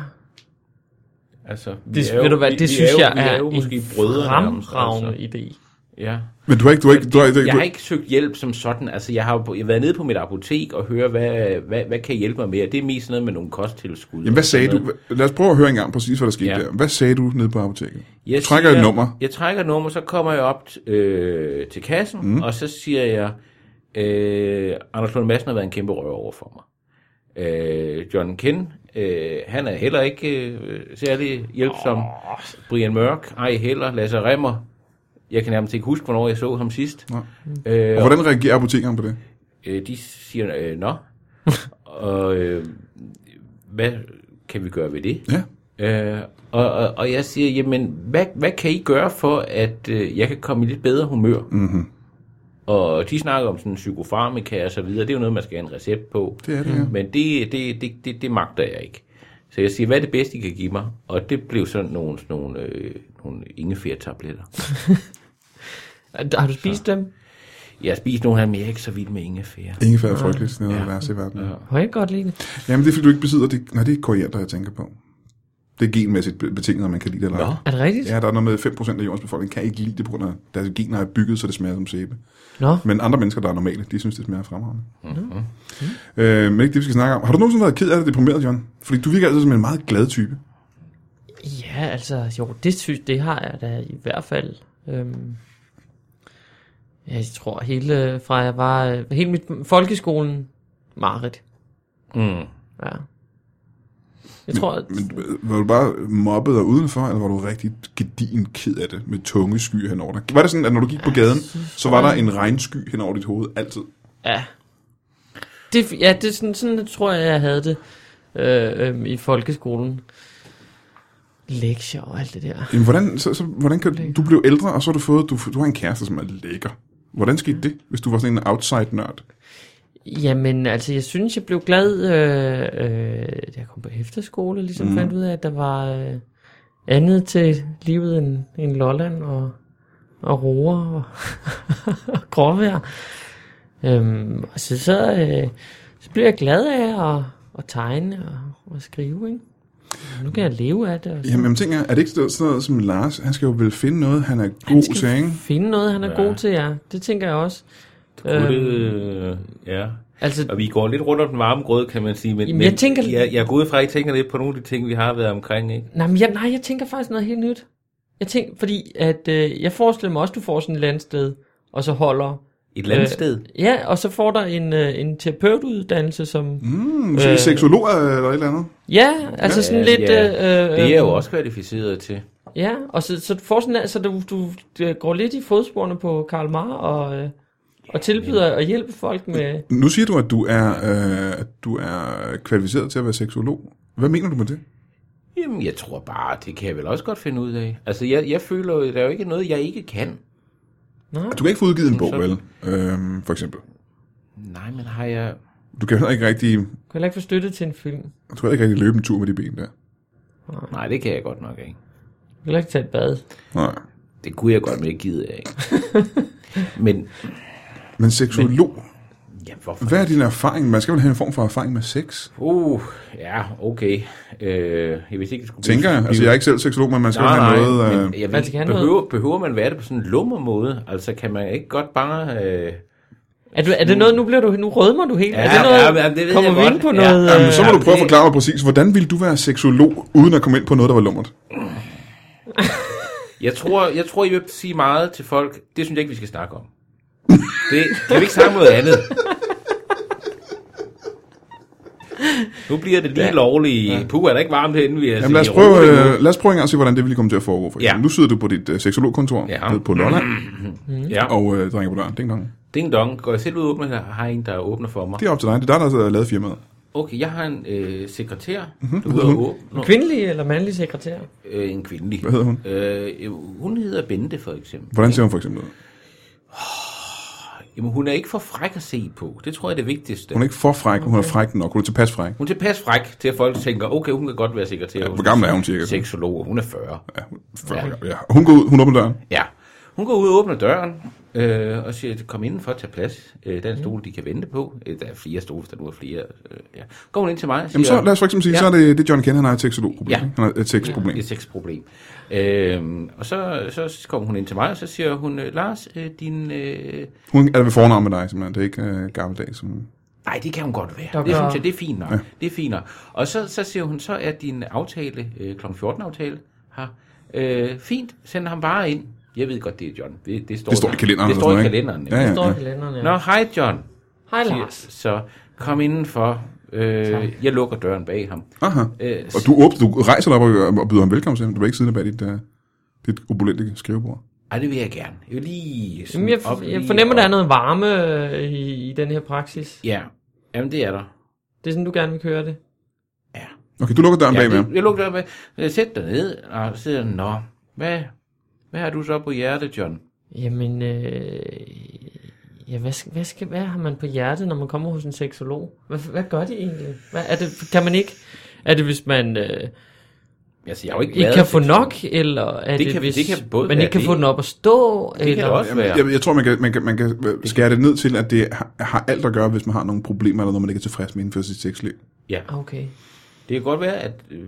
altså, vi
Det,
er jo,
ved du hvad,
vi-
det
vi
synes
er jo,
jeg
vi
er,
er jo måske brødre nærmest,
fremragende
altså.
idé.
Ja.
Men du har ikke, du har ikke, du har ikke, du
Jeg
har
har
ikke,
ikke søgt hjælp som sådan. Altså, jeg har jo på- jeg har været nede på mit apotek og høre, hvad, hvad, hvad kan hjælpe mig med? Og det er mest sådan noget med nogle kosttilskud.
jamen, hvad
og
sagde
sådan
du?
noget.
Lad os prøve at høre engang præcis, hvad der skete ja.
Ja.
der. Hvad sagde du nede på apoteket?
Jeg
du trækker
siger-
et nummer.
Jeg trækker et nummer, så kommer jeg op t- øh, til kassen, mm. og så siger jeg, øh, Anders Lund Madsen har været en kæmpe røver over for mig. Øh, John Ken, øh, han er heller ikke øh, særlig hjælpsom. Oh. Brian Mørk, ej heller. Lasse Remmer, jeg kan nærmest ikke huske, hvornår jeg så ham sidst.
Nej.
Øh,
Og hvordan reagerer apotekeren på det?
øh, de siger, øh, nå, og øh, hvad kan vi gøre ved det?
Ja.
Øh, og, og, og jeg siger, jamen, hvad, hvad kan I gøre for, at øh, jeg kan komme i lidt bedre humør? Mm-hmm. Og de snakker om sådan psykofarmika og så videre. Det er jo noget, man skal have en recept på.
Det er det, ja.
Men det, det, det, det, det magter jeg ikke. Så jeg siger, hvad er det bedste, I kan give mig? Og det blev sådan nogle, sådan nogle, øh, nogle ingefær-tabletter.
Har du spist dem?
Jeg har spist nogle af dem, jeg er ikke så vild med ingefær.
Ingefær er frygteligt, sådan noget ja. værste i verden. Ja.
Må jeg godt lide det?
Jamen, det er fordi, du ikke besidder det. Nej, det er koriander, jeg tænker på. Det er genmæssigt be- betinget, om man kan lide det eller ej.
Er det rigtigt?
Ja, der er noget med 5% af jordens befolkning kan ikke lide det, på grund af deres gener er bygget, så det smager som sæbe.
Nå,
Men andre mennesker, der er normale, de synes, det smager fremragende. Mm-hmm. Øh, men ikke det, vi skal snakke om. Har du nogensinde været ked af det deprimeret, John? Fordi du virker altid som en meget glad type.
ja, altså, jo, det synes det har jeg da i hvert fald. Øhm, ja, jeg tror hele, fra jeg var, øh, hele mit folkeskolen, Marit.
Mm.
Ja. Jeg tror, at,
Men du- var du bare mobbet og udenfor, eller var du rigtig gedin ked af det, med tunge sky henover dig? Var det sådan, at når du gik på gaden, så var der en regnsky henover dit hoved altid?
ja. Det, ja, det, er sådan, sådan tror jeg, jeg havde det øh, øh, i folkeskolen. Lektier og alt det der.
Jamen, hvordan, så, så, hvordan kan, du blev ældre, og så har du fået, du, du har en kæreste, som er lækker. Hvordan skete det, hvis du var sådan en outside-nørd?
Jamen, altså, jeg synes, jeg blev glad, øh, øh, da jeg kom på efterskole, ligesom mm. fandt ud af, at der var øh, andet til livet end, end Lolland og, og roer og, og gråvejr. Øhm, og så, så, øh, så blev jeg glad af at, at tegne og, og skrive, ikke? Og nu kan jeg leve af det. Og så.
Jamen, jeg tænker, er det ikke sådan noget som Lars? Han skal jo vel finde noget, han er
Han
god
skal
til, ikke?
finde noget, han er
Ja.
god til, ja. Det tænker jeg også.
Øhm.
Øhm,
Øh, ja.
altså,
Og vi går lidt rundt om den varme grød, kan man sige. Men,
Jamen,
men
jeg tænker-
Jeg, jeg går ud fra, at I tænker lidt på nogle af de ting, vi har været omkring, ikke?
Nej, men jeg, nej, jeg tænker faktisk noget helt nyt. Jeg tænker, fordi at, øh, jeg forestiller mig også, at du får sådan et landsted, og så holder...
Et eller andet øh. sted.
Ja, og så får der en, øh, en terapeutuddannelse, som... Mm.
Mm, måske
Øh.
seksolog eller et eller andet.
Ja, altså ja, sådan
Ja,
lidt...
ja.
Øh, øh,
Det er jeg jo også kvalificeret til.
Ja, og så, så du får sådan... Så du, du øh, går lidt i fodsporene på Karl Marr og, øh, og tilbyder at hjælpe folk med...
Nu siger du, at du er, øh, at du er kvalificeret til at være seksolog. Hvad mener du med det?
Jamen, jeg tror bare, det kan jeg vel også godt finde ud af. Altså, jeg, jeg føler jo, der er jo ikke noget, jeg ikke kan.
Du kan ikke få udgivet en bog, vel? Øhm, for eksempel.
Nej, men har jeg...
Du kan heller ikke rigtig,
Kan heller ikke få støtte til en film. Kan
du kan heller ikke rigtig løbe en tur med de ben der.
Nej, det kan jeg godt nok ikke.
heller ikke tage et bad.
Nej.
Det kunne jeg godt, men det gider jeg ikke. men,
Men seksolog, Men...
ja, hvorfor?
hvad er din erfaring? Man skal vel have en form for erfaring med sex,
Uh, ja, okay. Øh, jeg vidste ikke, det skulle blive-
tænker jeg. Altså, jeg er ikke selv seksolog, men man skal
Nej,
vel have
nej,
noget... Øh...
men jeg
Man skal
ved,
have noget.
behøver, behøver man være det på sådan en lummer måde? Altså, kan man ikke godt bare... Øh,
Er, du, er det noget... Nu, bliver du, nu rødmer du helt.
Ja,
er det noget,
ja, men det ved
kommer
jeg
vi
godt.
ind på
Ja.
noget... øh,
Jamen,
Jamen, så må
Ja,
du prøve at
det-
forklare mig præcis, hvordan ville du være seksolog, uden at komme ind på noget, der var lummert?
jeg, tror, jeg tror, I vil sige meget til folk. Det synes jeg ikke, vi skal snakke om. Det kan vi ikke snakke om noget andet. Nu bliver det lige ja. lovligt. Ja. Puh, er der ikke varmt herinde, vi er altså
Jamen, lad os,
i
prøve,
Europa nu.
øh, lad os prøve en gang at se, hvordan det ville komme til at foregå. For
Ja.
ja. Nu sidder du på dit øh, seksologkontor
Ja.
ja. nede på Lolland,
Ja.
og øh, dringer på døren. Ding dong.
Ding dong. Går jeg selv ud og åbner, eller har jeg en, der åbner for mig?
Det er op til dig. Det er dig, der har lavet firmaet.
Okay, jeg har en øh, sekretær,
Mhm.
mm-hmm. der er ude og åbner.
Kvindelig eller mandlig sekretær?
Øh, en kvindelig.
Hvad hedder hun?
Øh, hun hedder Bente, for eksempel.
Hvordan ser hun for eksempel ud?
Jamen, hun er ikke for fræk at se på. Det tror jeg er det vigtigste.
Hun er ikke for fræk, hun er fræk nok. Hun er tilpas fræk.
Hun er tilpas fræk til, at folk tænker, okay, hun kan godt være sekretær.
hvor gammel er hun cirka?
Seksolog. Hun er 40.
Ja, hun, ja. ja. Hun går ud, hun åbner døren.
Ja. Hun går ud og åbner døren øh, og siger, kom indenfor, tag plads. Øh, der er en stol, de kan vente på. Øh, der er flere stole, der nu er flere. Øh, ja. Går hun ind til mig og siger,
Jamen så lad os for eksempel sige,
Ja.
ja. så er det, det er John Ken, han har et seksologproblem.
Ja.
Ja. Han har et sexproblem.
Det er et sexproblem. Øh, og så, så kommer hun ind til mig, og så siger hun, øh, Lars, øh, din... Øh,
Hun er ved fornavn med dig, simpelthen. Det er ikke øh, gammeldags. Som...
Nej, det kan hun godt være.
Der
det
gør-
synes jeg, det er fint nok. Ja. Det er fint nok. Og så, så siger hun, så er din aftale, øh, kl. 14 aftale, her. Øh, fint, send ham bare ind. Jeg ved godt, det er John. Det, det, står,
Det står
der.
i kalenderen
Det
eller
står i
sådan noget, ikke?
kalenderen.
Ja, ja,
Står i
ja.
kalenderen, ja.
Nå, hej John.
Hej
siger-
Lars.
Så kom indenfor. Øh, jeg lukker døren bag ham.
Aha.
Øh,
Og du, åbner, du rejser dig op og, og byder ham velkommen til. Du vil ikke sidde der bag dit, uh, dit opulente skrivebord.
Ej, det vil jeg gerne. Jeg vil lige... sådan
Jamen, jeg,
op
jeg
lige
fornemmer,
og-
der er noget varme øh, i, i den her praksis.
Ja, jamen det er der.
Det er sådan, du gerne vil køre det.
Ja.
Okay, du lukker døren ja,
Ja,
bag med
jeg,
ham.
jeg lukker døren bag. Øh, Sæt dig ned og sidder, nå, hvad, hvad har du så på hjertet, John?
Jamen, øh, ja, hvad, skal, hvad, skal, hvad har man på hjertet, når man kommer hos en seksolog? Hvad, hvad gør de egentlig? Hvad, er det, kan man ikke... Er det, hvis man øh,
Altså, jeg har jo ikke
ikke
været
kan få
til-
nok, eller er det,
Det kan-
hvis
det kan både
man
være
ikke kan
det.
få den op at stå?
Det kan
eller,
det også
Jamen,
være.
jeg, jeg tror, man kan, man, kan, man kan øh, skære det ned til, at det har, har alt at gøre, hvis man har nogle problemer, eller noget, man ikke er tilfreds med inden for sit sexliv.
Ja,
Okay.
det kan godt være, at øh,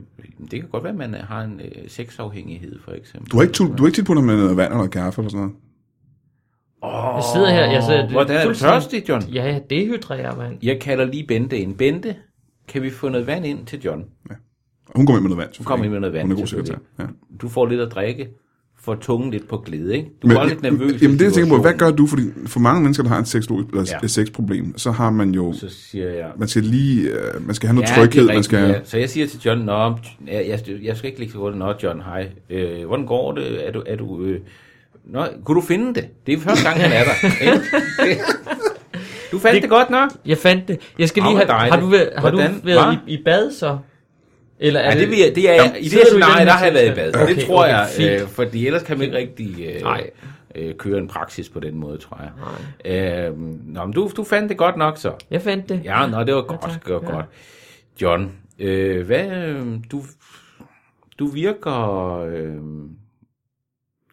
det kan godt være, at man har en øh, sexafhængighed, for eksempel.
Du har ikke, tul- du har ikke tilbudt ham med noget vand eller kaffe eller sådan noget.
oh,
Jeg sidder her, jeg sidder...
Hvordan er det
fuldstændig-
tørstig, John?
Ja, jeg dehydrerer, mand.
Jeg kalder lige Bente ind. Bente, kan vi få noget vand ind til John?
Og hun kommer ind med noget vand.
Hun kommer ind med noget vand.
Hun er god sekretær.
selvfølgelig.
Ja.
Du får lidt at drikke. får tungen lidt på glæde, ikke? Du
Men-
men, var lidt nervøs. i
Jamen det, jeg tænker på, hvad
situationen.
gør du? Fordi for mange mennesker, der har et sexologisk eller
Ja.
ja. sexproblem, så har man jo,
Så siger jeg...
man skal lige, øh, man skal have noget
det er
tryghed, man
rigtigt,
skal...
ja. Så jeg siger til John, Nå, jeg, jeg, jeg skal ikke ligge så hurtigt, Nå, John, hej. Øh, hvordan går det? Er du... Er du øh, Nå, kunne du finde det? Det er første gang, han er der. ikke? du fandt det, det godt nok?
Jeg fandt det. Jeg skal lige
Åh,
have...
hvor dejligt.
Har du, været- har du
Hvordan?
været
Hva?
i, i bad så? Eller er
Ja, det, vil jeg, det er,
Jamen,
i det
sidder
her
du i den
scenarie,
her
der har jeg været i bad.
tilstand?
Okay, det
Okay,
tror
okay,
jeg,
fint.
øh, fordi ellers kan man ikke rigtig øh,
Nej.
øh, køre en praksis på den måde, tror jeg. Øh, nå, men du, du fandt det godt nok så.
Jeg fandt det.
Ja, nå, det var godt,
tak.
det var
Ja.
godt. John, øh, hvad, øh, du, du virker øh,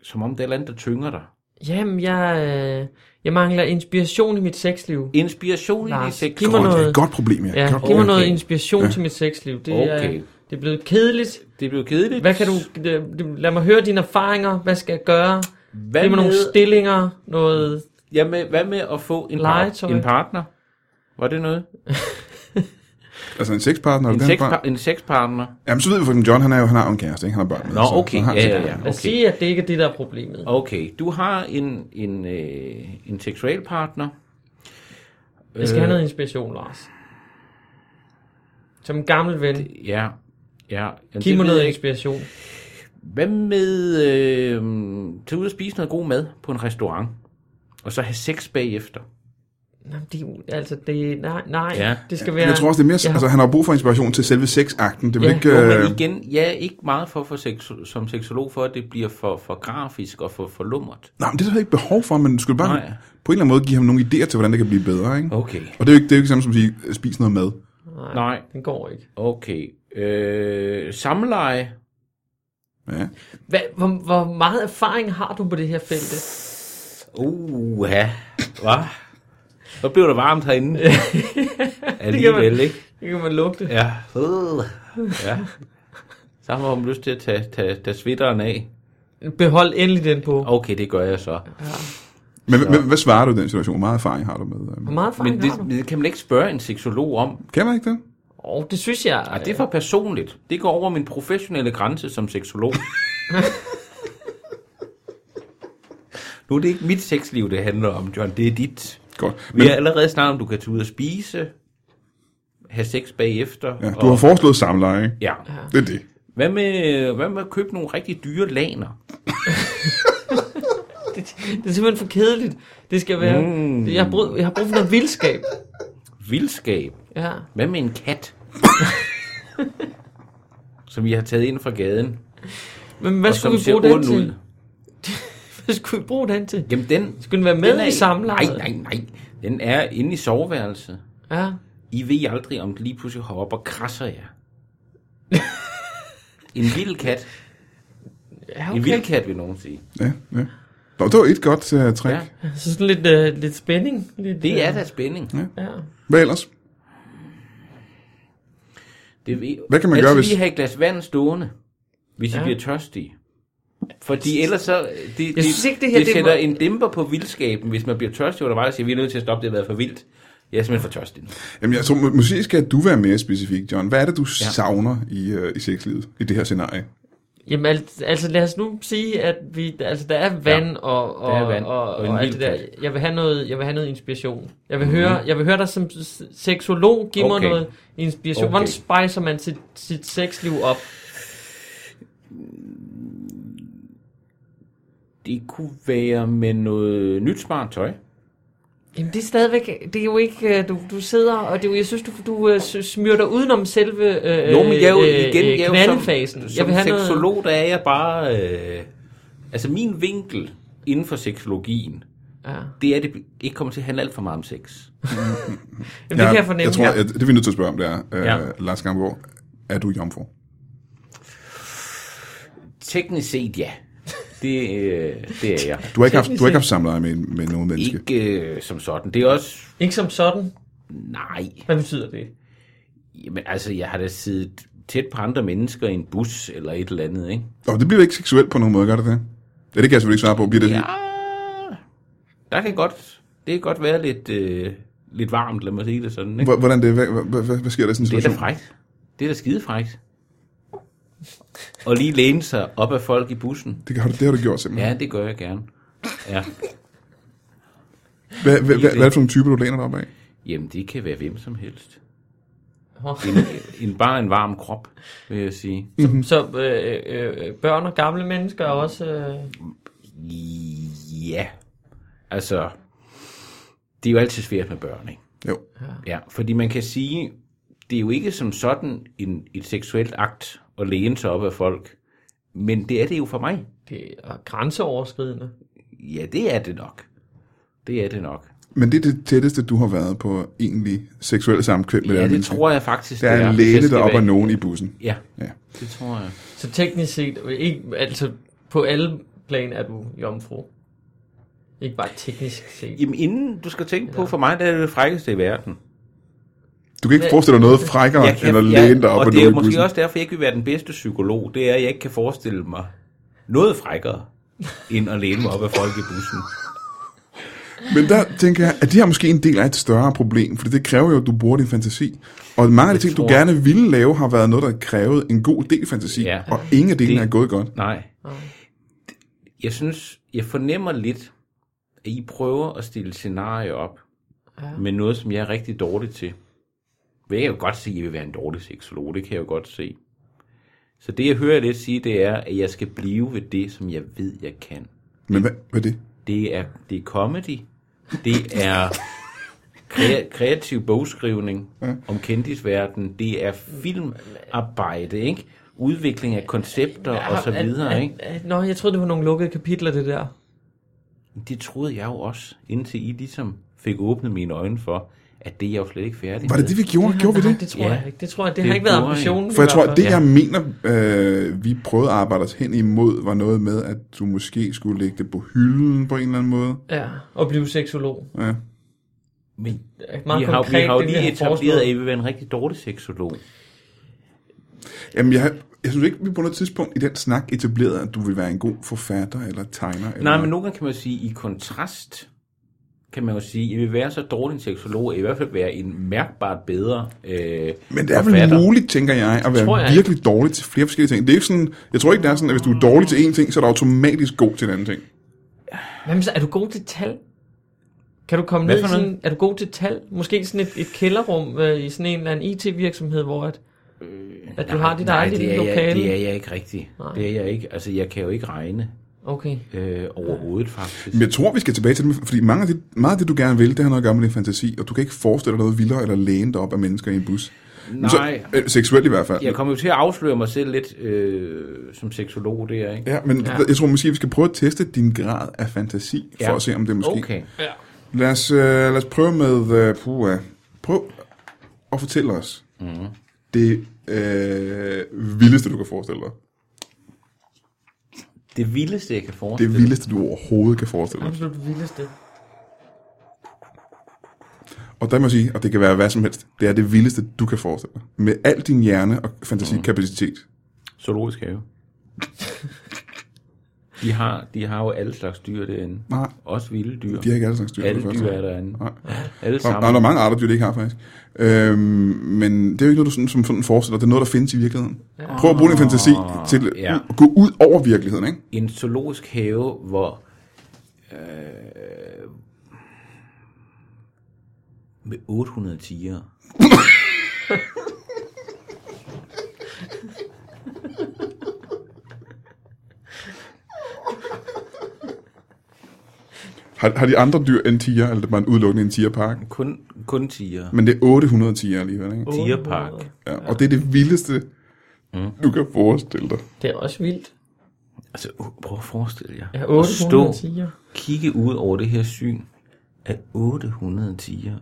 som om det er et eller andet, der tynger dig.
Jamen, jeg, øh, jeg mangler inspiration i mit sexliv.
Inspiration i
Lars,
dit sex.
giv mig
Godt,
noget.
det er et godt problem, ja.
Ja,
Godt
giv mig
problem.
noget inspiration til mit sexliv. Det,
Okay.
er, øh, det er blevet kedeligt.
Det blev kedeligt.
Hvad kan du... øh, Lad mig høre dine erfaringer. Hvad skal jeg gøre? Hvad
Hvad
giv mig nogle
med,
stillinger. Noget...
ja, med, hvad med at få en, par,
Legetøj.
en partner? Var det noget?
Altså en sexpartner,
En,
en
sexpa-
sexpar-
en sexpartner?
Jamen så ved vi for John, han er jo, han har jo en kæreste, ikke? Han har børn med.
Nå,
så-
okay,
så Altså, har han
ja,
sikkert-
ja, ja.
Lad os
Okay.
sige, at det ikke er det, der er problemet.
Okay, du har en, en, øh, en seksuel partner.
Jeg skal have noget inspiration, Lars. Som en gammel ven.
Ja, ja. Jamen,
Giv mig
det ved
noget
jeg ikke.
inspiration.
Hvad med øh, tage ud og spise noget god mad på en restaurant, og så have sex bagefter?
Jamen, det, er jo- altså, det, nej, nej,
Ja.
ja. det skal
Men
være...
jeg tror også, det er mere,
Ja.
altså han har brug for inspiration til selve sexakten. Det vil
Ja,
ikke...
Jo,
Øh,
men igen, jeg er ikke meget for, for sex, som seksolog for, at det bliver for, for grafisk og for, for lummert.
nej, men det er der ikke behov for, men du skulle bare
Nej.
på en eller anden måde give ham nogle idéer til, hvordan det kan blive bedre, ikke?
Okay.
Og det er jo ikke, det er jo ikke samme som at sige, øh, spis noget mad.
Nej,
Nej,
den går ikke.
okay. Øh, samleje.
Ja.
Hvad, hvor, hvor meget erfaring har du på det her felt?
Uh, ja. Hvad? Så blev det varmt herinde. Alligevel, ikke?
Det kan man lugte. Ja.
Ja. Øh. ja. Så har man lyst til at tage, tage, tage svitteren af.
Behold endelig den på.
Okay, det gør jeg så.
Men hvad, hvad svarer du i den situation? Hvor meget erfaring har du med? øh,
Hvor meget erfaring
Men det,
har du?
men det kan man ikke spørge en seksolog om.
Kan man ikke det?
Åh, det synes jeg...
Ej, det er for personligt. Det går over min professionelle grænse som seksolog. nu er det ikke mit sexliv, det handler om, John. Det er dit.
Godt.
Vi
Men
har allerede snakket om, du kan tage ud og spise, have sex bagefter.
ja, du har foreslået samleje, ikke?
ja.
Det er det.
Hvad, med, hvad med at købe nogle rigtig dyre laner?
det, det er simpelthen for kedeligt. Det skal være...
Mm.
Mm. Jeg, har brug, jeg har brug for noget vildskab.
Vildskab.
Ja.
Hvad med en kat? som vi har taget ind fra gaden.
Men hvad
og som
skulle vi
ser
bruge den
ond
til?
ud.
Hvad skulle vi bruge den til?
Jamen den,
Skulle den være med
Den er
i
i-
samlejet?
Nej, nej, nej. Den er inde i soveværelset.
Ja.
I ved aldrig, om den lige pludselig hopper op og krasser jer. en vild kat.
ja
Okay. En
okay.
vild kat, vil nogen sige.
Ja, ja. Nå, det var et godt uh, trick.
Ja.
Ja.
Så sådan lidt, øh, lidt spænding. Lidt,
Det er
øh,
da spænding.
Ja.
Hvad ellers?
Det ved,
Hvad kan man
ellers
gøre,
vil
hvis-
I have et glas vand stående, hvis ja. I
Ja.
bliver tørstige. Fordi ellers så... Det, det,
synes ikke, det her,
det
det
sætter
må-
en dæmper på vildskaben, hvis man bliver tørstig undervejs. og siger, vi er nødt til at stoppe, det har været for vildt. Jeg er simpelthen for tørstig nu.
Jamen, jeg tror, må- måske skal du være mere specifik, John. Hvad er det, du ja. savner i, uh, i sexlivet, i det her scenarie?
Jamen al- altså lad os nu sige, at vi, altså, der er vand ja, og, og,
der er vand
og,
og
og,
en
og alt det
vild
der.
kat.
Jeg vil have noget, jeg vil have noget inspiration. Jeg vil, mm-hmm. høre, jeg vil høre dig som s- seksolog give okay.
Okay.
mig noget inspiration.
Okay.
Okay. Hvordan spejser man sit, sit sexliv op?
Det kunne være med noget nyt smart tøj.
Jamen det er stadigvæk, det er jo ikke, øh, du, du sidder, og det er jo, jeg synes, du, du øh, s- smyrer dig udenom selve øh,
Jo, men jeg er jo
øh,
igen,
øh,
jeg er jo
knaldefasen.
som,
jeg
som
vil have noget,
seksolog, der er jeg bare... Øh, altså min vinkel inden for seksologien,
ja.
det er, at det ikke kommer til at handle alt for meget om sex.
Jamen, det kan jeg fornemme.
jeg tror, at det vi er nødt til at spørge om, det er, uh,
Ja.
ja. Lars Gamgaard, er du jomfru?
Teknisk set, ja. Det, øh, det er jeg.
Du har ikke haft, du har ikke haft samleje med, med nogen menneske. Ikke.
Ikke øh, som sådan. Det er også...
Ikke som sådan.
Nej.
Hvad betyder det?
Jamen, altså, jeg har da siddet tæt på andre mennesker i en bus eller et eller andet, ikke?
Og det bliver ikke seksuelt på nogen måde, gør det det? Ja, det kan jeg selvfølgelig ikke svare på. Bliver det,
Ja, der kan godt... Det kan godt være lidt, øh, lidt varmt, lad mig sige det sådan, ikke?
Hvor- Hvordan det, hvad, hvad, hvad, hvad sker der i sådan en
Det er
situation?
da frækt. Det er da skide frækt. og lige læne sig op af folk i bussen.
Det har du, det har du gjort simpelthen.
Ja, det gør jeg gerne. Ja.
Hvad, hvad, hvad, hvad er det for nogle typer, du læner dig op af?
Jamen, det kan være hvem som helst.
Åh.
En, en, bare en varm krop, vil jeg sige.
Så øh, øh, børn og gamle mennesker er også... Øh,
Ja. Altså, det er jo altid svært med børn, ikke?
Jo.
Ja, fordi man kan sige, det er jo ikke som sådan en, et seksuelt akt at læne sig op af folk. Men det er det jo for mig.
det er grænseoverskridende.
Ja, det er det nok. Det er det nok.
Men det er det tætteste, du har været på egentlig seksuel samkvem med et
Ja,
andet
det
menneske.
tror jeg faktisk,
Der er en
Hvis
læne
det
der op
var-
af nogen i bussen.
Ja,
Ja.
det tror jeg.
Så teknisk set, øh, ikke, altså på alle plan er du jomfru. Ikke bare teknisk set.
Jamen, inden du skal tænke på, for mig, der er det det frækkeste i verden.
Du kan ikke forestille dig noget frækkere,
Jeg
end at læne dig op af
og det er jo
nogen i
måske
bussen.
også derfor, jeg ikke vil være den bedste psykolog. Det er, at jeg ikke kan forestille mig noget frækkere, end at læne mig op af folk i bussen.
Men der tænker jeg, at det her måske en del af et større problem, for det kræver jo, at du bruger din fantasi. Og mange af de ting, du
tror-
gerne ville lave, har været noget, der krævede en god del fantasi,
Ja.
og ingen af delene
Det-
er gået godt.
Nej. Jeg synes, jeg fornemmer lidt, at I prøver at stille scenarier op ja. med noget, som jeg er rigtig dårlig til. Vil jeg jo godt se, at I vil være en dårlig seksolog. Det kan jeg jo godt se. Så det, jeg hører lidt sige, det er, at jeg skal blive ved det, som jeg ved, jeg kan.
Men hvad, hvad er det?
Det er, det er comedy. Det er krea- kreativ bogskrivning om kendtisverden. Det er filmarbejde, ikke? Udvikling af koncepter og så videre, ikke?
er, nå, jeg troede, det var nogle lukkede kapitler, det der.
Det troede jeg jo også, indtil I ligesom fik åbnet mine øjne for, at det er jeg jo slet ikke færdig
Var det det, vi gjorde? Gjorde vi
nej,
det?
det tror
Ja.
jeg ikke. Det tror jeg, det,
Det
har ikke været
gjorde I.
ambitionen.
For jeg
i
tror,
hvert
at det,
fald.
jeg mener, øh, vi prøvede at arbejde os hen imod, var noget med, at du måske skulle lægge det på hylden på en eller anden måde.
Ja, og blive seksolog.
Ja.
Men
Det er Meget
vi
vi
har,
konkret,
vi har jo
det,
lige
vi har
etableret,
etableret
at I vil være en rigtig dårlig seksolog.
Jamen, jeg, jeg synes ikke, vi på noget tidspunkt i den snak etablerede, at du ville være en god forfatter eller tegner. Eller
Nej, men nogle gange kan man jo sige, i kontrast kan man jo sige, at I vil være så dårlig en seksolog, at I i hvert fald være en mærkbart bedre
Men
øh,
det er
forfatter.
vel muligt, tænker jeg, at
tror
være
jeg
virkelig dårlig til flere forskellige ting. Det er ikke sådan, jeg tror ikke, det er sådan, at hvis du er dårlig til én ting, så er du automatisk god til en anden ting.
Jamen, så er du god til tal? Kan du komme
Hvad
ned i
for
sådan, er du god til tal? Måske sådan et, et kælderrum øh, i sådan en eller anden IT-virksomhed, hvor at, at du har dit eget
Øh, det
lille
er Jeg,
lokale?
det er jeg ikke rigtig.
Nej.
Det er jeg ikke. Altså, jeg kan jo ikke regne
Okay.
øh, overhovedet, faktisk.
Men jeg tror, vi skal tilbage til det, fordi mange af det, meget af det, du gerne vil, det har noget at gøre med din fantasi, og du kan ikke forestille dig noget vildere eller læne dig op af mennesker i en bus. Men
Nej.
Så, øh, seksuelt i hvert fald.
Jeg kommer jo til at afsløre mig selv lidt øh, som seksolog der, ikke?
Ja, men ja. jeg tror måske, vi skal prøve at teste din grad af fantasi, for
Ja.
at se, om det måske...
Okay.
Lad os, øh, lad os prøve med... Øh, puh, øh, prøv at fortælle os mm.
Mhm.
det øh, vildeste, du kan forestille dig.
Det vildeste, jeg kan forestille
Det vildeste, du overhovedet kan forestille dig.
Absolut det vildeste.
Og der må jeg sige, og det kan være hvad som helst, det er det vildeste, du kan forestille dig. Med al din hjerne og fantasikapacitet.
Mhm. Zoologisk have. de, har, de har jo alle slags dyr derinde.
Nej.
Også vilde dyr.
De har ikke alle slags dyr.
alle
for det
dyr
første.
er derinde.
Nej.
Alle
Der, der er
sammen.
der mange arter, dyr, det ikke har faktisk. Øhm, men det er jo ikke noget, du sådan, som sådan forestiller. Det er noget, der findes i virkeligheden. Prøv at bruge din fantasi til
Ah, ja.
at gå ud over virkeligheden, ikke?
En zoologisk have, hvor... Øh, med 800 tiger.
Har, har de andre dyr end tiger, eller er det bare en udelukkende en tigerpark?
Kun, kun tiger.
Men det er 800 tiger alligevel, ikke?
Uh. Tigerpark.
Ja, og det er det vildeste, du kan forestille dig.
Det er også vildt.
Altså, uh, prøv at forestille jer.
Ja,
At
800 tiger.
kigge ud over det her syn af 800 tiger.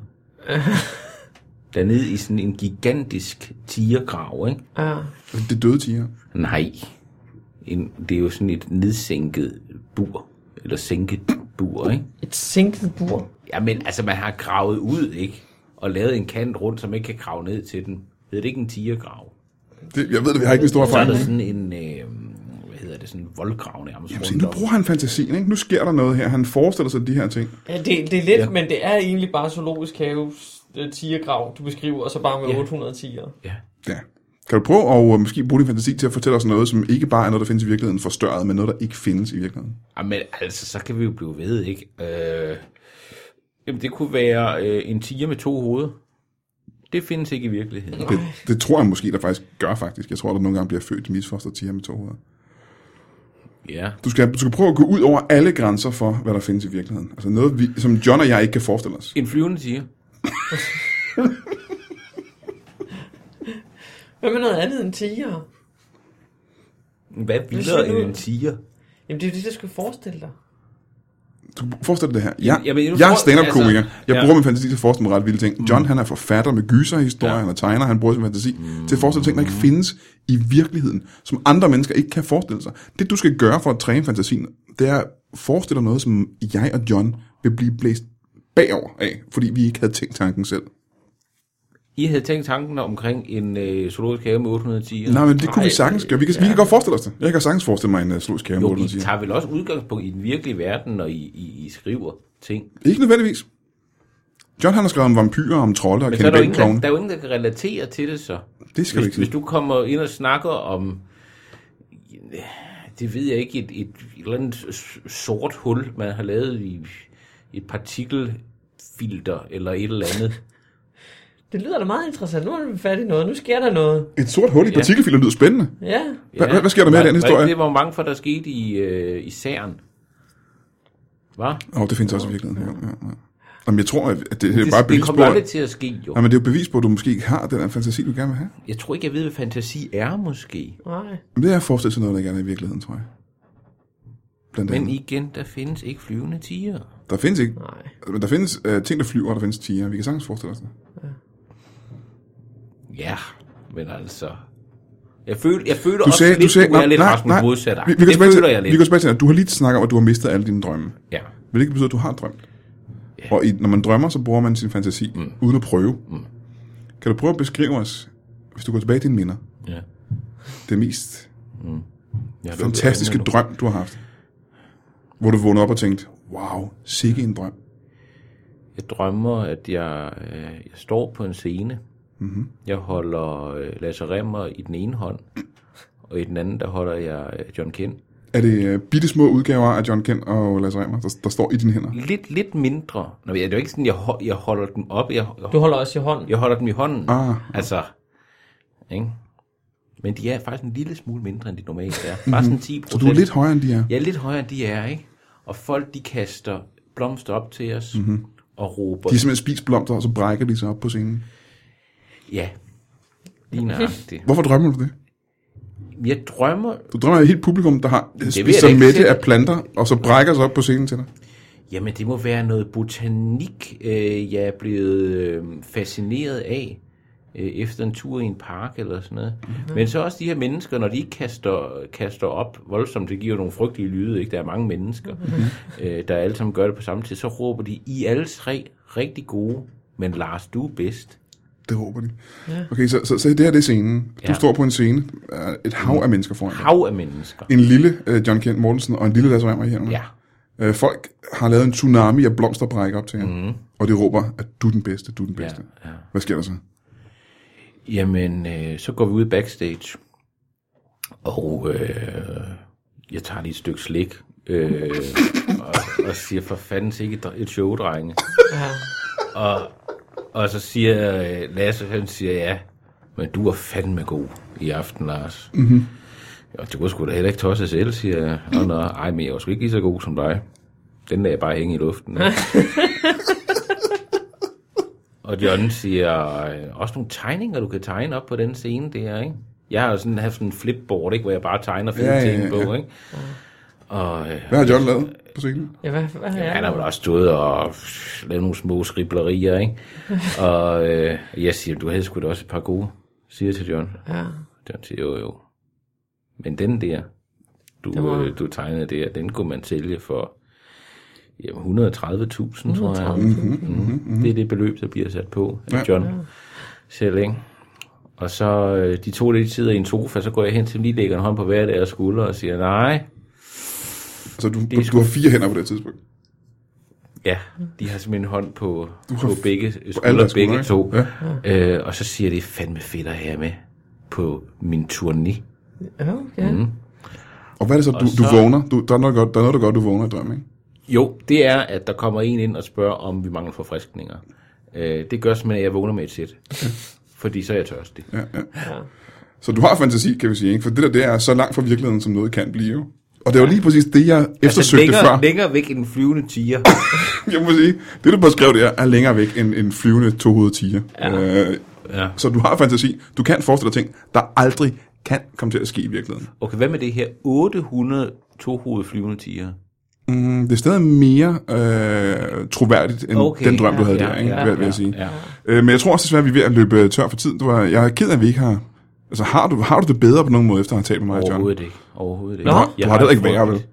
Dernede i sådan en gigantisk tigergrav, ikke?
Ja.
Det er døde tiger.
Nej. En, det er jo sådan et nedsænket bur. Eller sænket bur, ikke?
Et sænket bur.
Jamen, altså, man har gravet ud, ikke? Og lavet en kant rundt, som ikke kan grave ned til den. Hedder det ikke en tigergrav?
Det, jeg ved det, vi har ikke den store
Så er
erfaring.
der sådan en, øh, hvad hedder det, sådan en voldgrav nærmest
Se,
rundt
nu
om.
bruger han fantasien, ikke? Nu sker der noget her. Han forestiller sig de her ting.
Ja, det, det er lidt, ja. men det er egentlig bare zoologisk haves øh, tigergrav, du beskriver, og så bare med
Ja.
800 tiger.
Ja.
Ja. Kan du prøve at øh, måske bruge din fantasi til at fortælle os noget, som ikke bare er noget, der findes i virkeligheden forstørret, men noget, der ikke findes i virkeligheden?
Jamen altså, så kan vi jo blive ved, ikke? Øh, jamen, det kunne være øh, en tiger med to hoveder. Det findes ikke i virkeligheden.
Det, det tror jeg måske, der faktisk gør faktisk. Jeg tror, der nogle gange bliver født misfoster tiger med to hoveder.
Ja.
Du skal, du skal prøve at gå ud over alle grænser for, hvad der findes i virkeligheden. Altså noget, vi, som John og jeg ikke kan forestille os.
En flyvende tiger.
Hvad med noget andet end tiger?
Hvad
ser
vildere
ud.
end en tiger?
Jamen, det er jo det, jeg skulle forestille dig.
Du forestil dig det her. Jeg,
Jamen, jeg vil
jeg er
for-
stand-up-komiker.
altså,
Jeg
ja. Mm.
bruger min fantasi til at forestille mig ret vilde ting. John, han er forfatter med gyserhistorier, ja. han er tegner, han bruger sin fantasi
Mm.
til at forestille ting, der ikke findes i virkeligheden, som andre mennesker ikke kan forestille sig. Det, du skal gøre for at træne fantasien, det er at forestille dig noget, som jeg og John vil blive blæst bagover af, fordi vi ikke havde tænkt tanken selv.
I havde tænkt tanken omkring en øh, zoologisk have med 800 tiger.
Nej, men det kunne vi sagtens gøre. Vi kan, ja. vi kan godt forestille os det. Jeg kan sagtens forestille mig en uh, zoologisk have,
Jo,
måtte man
I
sige.
tager vel også udgangspunkt i den virkelige verden, når I, I, I skriver ting.
Ikke nødvendigvis. John han har skrevet om vampyrer, om trolde og
Men så er der, jo
kendte
ingen, der,
klovne.
der er jo ingen, der kan relatere til det så.
Det skal du
Hvis,
ikke sige.
hvis du kommer ind og snakker om, det ved jeg ikke, et, et, et eller andet s- sort hul, man har lavet i et partikelfilter eller et eller andet.
Det lyder da meget interessant. Nu er vi fat i noget. Nu sker der noget.
Et sort hul i partikelfilter lyder spændende.
Ja.
Hva- hvad sker der med
Var-
den
var
historie?
ikke Det var mange for, der skete i, øh, i særen. Hva?
Åh, oh, det findes også i virkeligheden. Ja, ja, ja. Jamen, jeg tror, at det, det er
Det,
bare et
det
bevis på,
kommer
at,
aldrig til at ske, jo.
nej, men det er jo et bevis på, at du måske ikke har den her fantasi, du gerne vil have.
Jeg tror ikke, jeg ved, hvad fantasi er, måske.
Nej.
Men det er at forestille sig noget, der ikke er der i virkeligheden, tror jeg. Blandt
Men
andet.
igen, der findes ikke flyvende tiger.
Der findes ikke.
Nej.
Men der findes øh, ting, der flyver, og der findes tiger. Vi kan sagtens forestille os det.
Ja, men altså... Jeg føler, jeg føler
Du
også
sagde,
lidt,
du sagde,
nej, er lidt Rasmus modsat.
vi, vi, går
det
tilbage til,
føler jeg
vi
lidt.
går tilbage til, at du har lige snakket om, at du har mistet alle dine drømme.
Ja.
Men det betyder, at du har drømt. Yeah. Og i, når man drømmer, så bruger man sin fantasi, mm. uden at prøve. Mm. Kan du prøve at beskrive os, hvis du går tilbage til dine minder,
ja.
det mest
Jeg har
fantastiske
lukket
drøm, du har haft? Hvor du vågnede op og tænkte, wow, sikke en drøm.
øjnene. Jeg drømmer, at jeg, øh, jeg står på en scene. Mm-hmm. Jeg holder øh, Lasse Remmer i den ene hånd, og i den anden, der holder jeg øh, John Kent.
Er det uh, bitte små udgaver af John Kent og Lasse Remmer, der, der står i dine hænder? Ah,
Lidt, lidt mindre. Nå, det er jo ikke sådan, jeg, hold, jeg holder dem op. Jeg, jeg,
Du holder også i hånden.
jeg holder dem i hånden.
Ah.
Altså, ikke? Men de er faktisk en lille smule mindre, end de normalt er. Bare sådan 10 procent.
Mm-hmm. Så du er lidt højere, end de er.
Ja, lidt højere end de er, ikke? Og folk, de kaster blomster op til os mm-hmm. og råber.
De har simpelthen spist blomster, og så brækker de sig op på scenen.
Ja, lige nøjagtigt.
Hvorfor drømmer du det?
Jeg drømmer...
Du drømmer af et helt publikum, der har øh,
jeg
spist
da
sig
ikke
mætte
selv.
af planter, og så brækker sig op på scenen til dig.
Jamen, det må være noget botanik, øh, jeg er blevet øh, fascineret af øh, efter en tur i en park eller sådan noget. Mm-hmm. Men så også de her mennesker, når de ikke kaster, kaster op voldsomt, det giver jo nogle frygtelige lyde, ikke? Der er mange mennesker, mm-hmm. øh, der alle sammen gør det på samme tid. Så råber de, I er alle tre rigtig gode, men Lars, du er bedst.
Det håber de.
Ja.
Okay, så, så, så det her det er scenen. Du
Ja.
står på en scene, øh, et hav af mennesker foran dig.
Hav af mennesker.
En lille øh, John Kent Mortensen og en lille Lasse Remmer i hænderne.
Ja.
Øh, folk har lavet en tsunami af blomsterbrækker op til jer, mm. og de råber, at du er den bedste, du er den bedste.
Mhm. ja.
Hvad sker der så?
Jamen, øh, så går vi ud backstage, og øh, jeg tager lige et stykke slik, øh, og, og siger, for fanden til ikke et show, drenge.
Ja.
Og så siger øh, Lasse, han siger, ja, men du var fandme god i aften, Lars. Mm-hmm.
Mhm.
Og det var sgu da heller ikke tosset selv, siger jeg. Nå, nå, ej, men jeg var sgu ikke lige så god som dig. Den lader jeg bare hænge i luften. og John siger, øh, også nogle tegninger, du kan tegne op på den scene der, ikke? Jeg har jo sådan haft sådan en flipboard, ikke, hvor jeg bare tegner fede
Ja,
ja,
ja,
ting
ja,
på,
ja.
ikke? Og øh,
Hvad har John lavet på scenen?
Ja, hvad, hvad har
Ja,
jeg?
han har vel også stået og lavet nogle små skriblerier, ikke? og øh, jeg siger, du havde sgu da også et par gode, siger jeg til John.
Ja.
John siger, jo jo. Men den der, du,
Den var-
øh, du tegnede der, den kunne man sælge for jamen, 130.000, tror jeg. Mm-hmm, mm-hmm. Det er det beløb, der bliver sat på af John selv, ikke? Og så øh, de to lidt sidder i en sofa, så går jeg hen til dem, lige lægger en hånd på hver deres skulder og siger, nej,
Så Altså, du, du, du har fire hænder på det her tidspunkt.
Ja, de har simpelthen hånd på,
har
på
f-
begge
alle
skuldre,
deres skuldre,
begge to.
ikke?
Ja. Øh, og så siger de, fandme fedt at have med. på min turné.
Ja, okay.
Mhm.
Mm.
Og hvad er det så, du,
så-
du vågner? Du, der, er noget godt, der er noget, du godt, du vågner i drømmen, ikke?
Jo, det er, at der kommer en ind og spørger, om vi mangler forfriskninger. Øh, det gør simpelthen, at jeg vågner med et sæt. Fordi så er jeg tørstig. Ja.
Så du har fantasi, kan vi sige, ikke? For det der, det er så langt fra virkeligheden, som noget kan blive. jo. Og det var lige præcis det, jeg eftersøgte
Altså, længere,
før.
længere væk end en flyvende tiger.
Jeg må sige, det du beskrev der, er længere væk end en flyvende tohovedet tiger. Ja. Øh,
ja.
så du har fantasi. Du kan forestille dig ting, der aldrig kan komme til at ske i virkeligheden.
Okay, hvad med det her? 800 tohovedet flyvende tiger.
Mm, det er stadig mere øh, troværdigt, end okay,
Okay,
den drøm, du
ja,
havde der, ikke? Hvad vil jeg sige.
Ja.
Øh, men jeg tror også desværre, at vi er ved at løbe øh, tør for tid. Du er, jeg er ked af, at vi ikke har... Altså, har du, har du det bedre på nogen måde, efter at have talt med mig, John?
Overhovedet ikke. Overhovedet ikke.
Du har- du har det heller ikke værre, vel?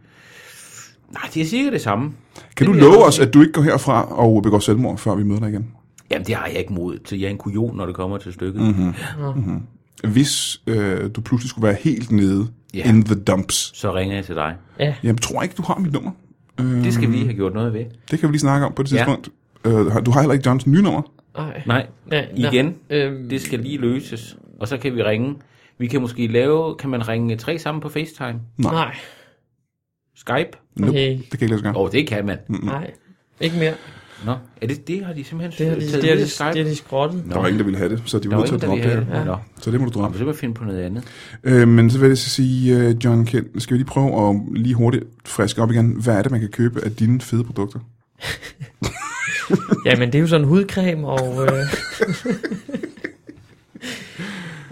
Nej, det er cirka det samme.
Kan du
Det vil jeg
love
også
os, at du ikke går herfra og begår selvmord, før vi møder dig igen?
Jamen, det har jeg ikke mod til. Jeg er en kujon, når det kommer til stykket.
Mm.
Mm-hmm.
Hvis øh, du pludselig skulle være helt nede
Ja.
in the dumps,
Så ringer jeg til dig.
ja.
jeg tror ikke, du har mit nummer.
Det skal vi
Mm.
have gjort noget ved.
Det kan vi lige snakke om på det
Ja.
tidspunkt. Øh, du har heller ikke Johns nye nummer.
Ej.
Nej,
Nej,
igen.
Nej. Øhm,
Det skal lige løses. Og så kan vi ringe. Vi kan måske lave, kan man ringe tre sammen på FaceTime?
nej.
Skype?
Nope.
Okay.
Det kan jeg ikke lade sig gøre.
Åh, oh, det kan man.
Nej. Ikke mere.
Nå, er det, det har de simpelthen
Det har de,
taget
det har
ned
de,
af Skype?
det har de skrottet.
Der var ingen, der ville have det, så de
der
var
var
nødt til
ingen,
at
der ville
droppe
have
det.
det. Ja. Nå,
Så det må du
men
droppe.
så må vi finde på noget andet.
Øh, men så vil jeg så sige, øh, John Kent, skal vi lige prøve at lige hurtigt friske op igen. Hvad er det, man kan købe af dine fede produkter?
Jamen, det er jo sådan en hudcreme, og... Øh...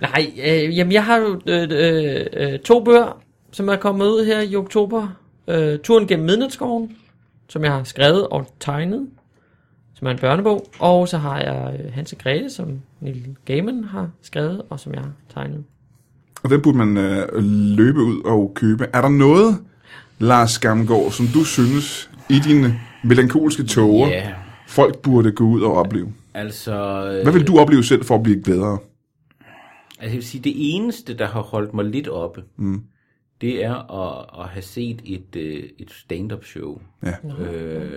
Nej, øh, jamen jeg har jo øh, øh, øh, to bøger, som er kommet ud her i oktober. Øh, Turen gennem Midnatsskoven, som jeg har skrevet og tegnet, som er en børnebog. Og så har jeg øh, Hans og Grete, som Neil Gaiman har skrevet, og som jeg har tegnet.
Og den burde man øh, løbe ud og købe. Er der noget, Lars Skamgaard, som du synes i dine melankolske tåger, yeah.
Ja,
folk burde gå ud og opleve?
altså...
Hvad vil du opleve selv for at blive gladere?
Altså, jeg vil sige, det eneste, der har holdt mig lidt oppe, mm. det er at, at have set et, øh, et stand-up show,
Ja.
øh,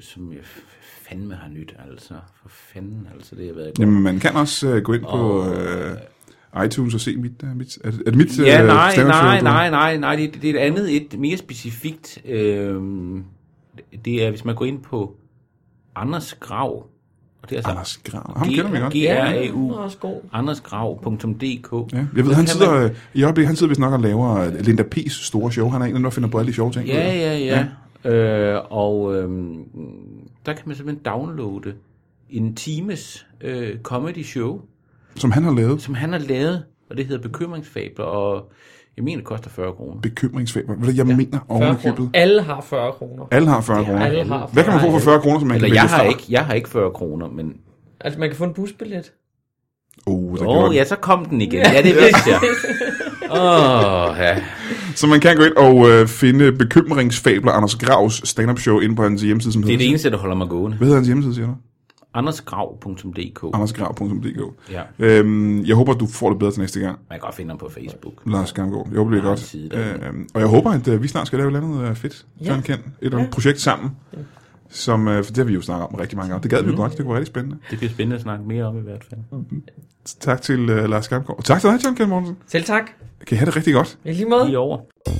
som jeg f- fandme har nyt, altså. For fanden, altså, det har været...
Jamen, man kan også øh, gå ind på øh, iTunes og se mit... Øh, mit er, det, er det mit
Ja,
øh,
nej,
stand-up show,
nej,
du-
nej, nej, nej, det, det er et andet, et mere specifikt. Øh, det er, hvis man går ind på Anders Grav, og det er altså
Anders Grav. Ham kender vi godt.
den er
G-R-A-U,
også god.
andersgrav.dk.
Ja, jeg ved,
Så
han
kan
sidder,
man-
øh, i øjeblikket, han sidder vist nok og laver øh, Linda P's store show. Han er en af dem, der finder på alle de sjove ting.
Ja, ja, ja. Øh, og øh, der kan man simpelthen downloade en times øh, comedy show,
Som han har lavet.
som han har lavet, og det hedder Bekymringsfabler, og jeg mener, det koster 40 kroner.
Bekymringsfaber. Ved du, jeg ja. mener
40
ovenikøbet.
kroner. Alle har 40 kroner.
Alle har 40 kroner.
alle har 40.
Hvad kan man få for 40 kroner, som man
Eller
kan vælge
jeg har,
fra?
ikke, jeg har ikke 40 kroner, men...
Altså, man kan få en busbillet.
Oh, der
Åh,
oh,
oh,
ja.
ja, så kom den igen. Ja, det vidste jeg. Åh, oh, ja.
Så man kan gå ind og øh, finde Bekymringsfabler Anders Gravs stand-up show inde på hans hjemmeside, som
Det er det
hedder...
eneste, der holder mig gående.
Hvad hedder hans hjemmeside, siger du?
Andersgrav.dk
Andersgrav.dk
Ja,
øhm, Jeg håber, du får det bedre til næste gang,
man kan godt finde ham på Facebook.
Lars Gamgaard. Jeg håber, det er
Ja,
godt.
side der.
Øhm, og jeg håber, at øh, vi snart skal lave et eller andet øh, fedt,
Ja.
John Kent. Et eller andet
Ja. Mm.
projekt sammen, som, øh, for det har vi jo snakket om rigtig mange gange. Det gad vi jo godt, det kunne være rigtig spændende.
Det bliver spændende at snakke mere om i hvert fald.
Tak til øh, Lars Gamgaard. Og tak til dig, John Kent Mortensen.
Selv tak.
Kan I have det rigtig godt?
I lige måde.
Lige over.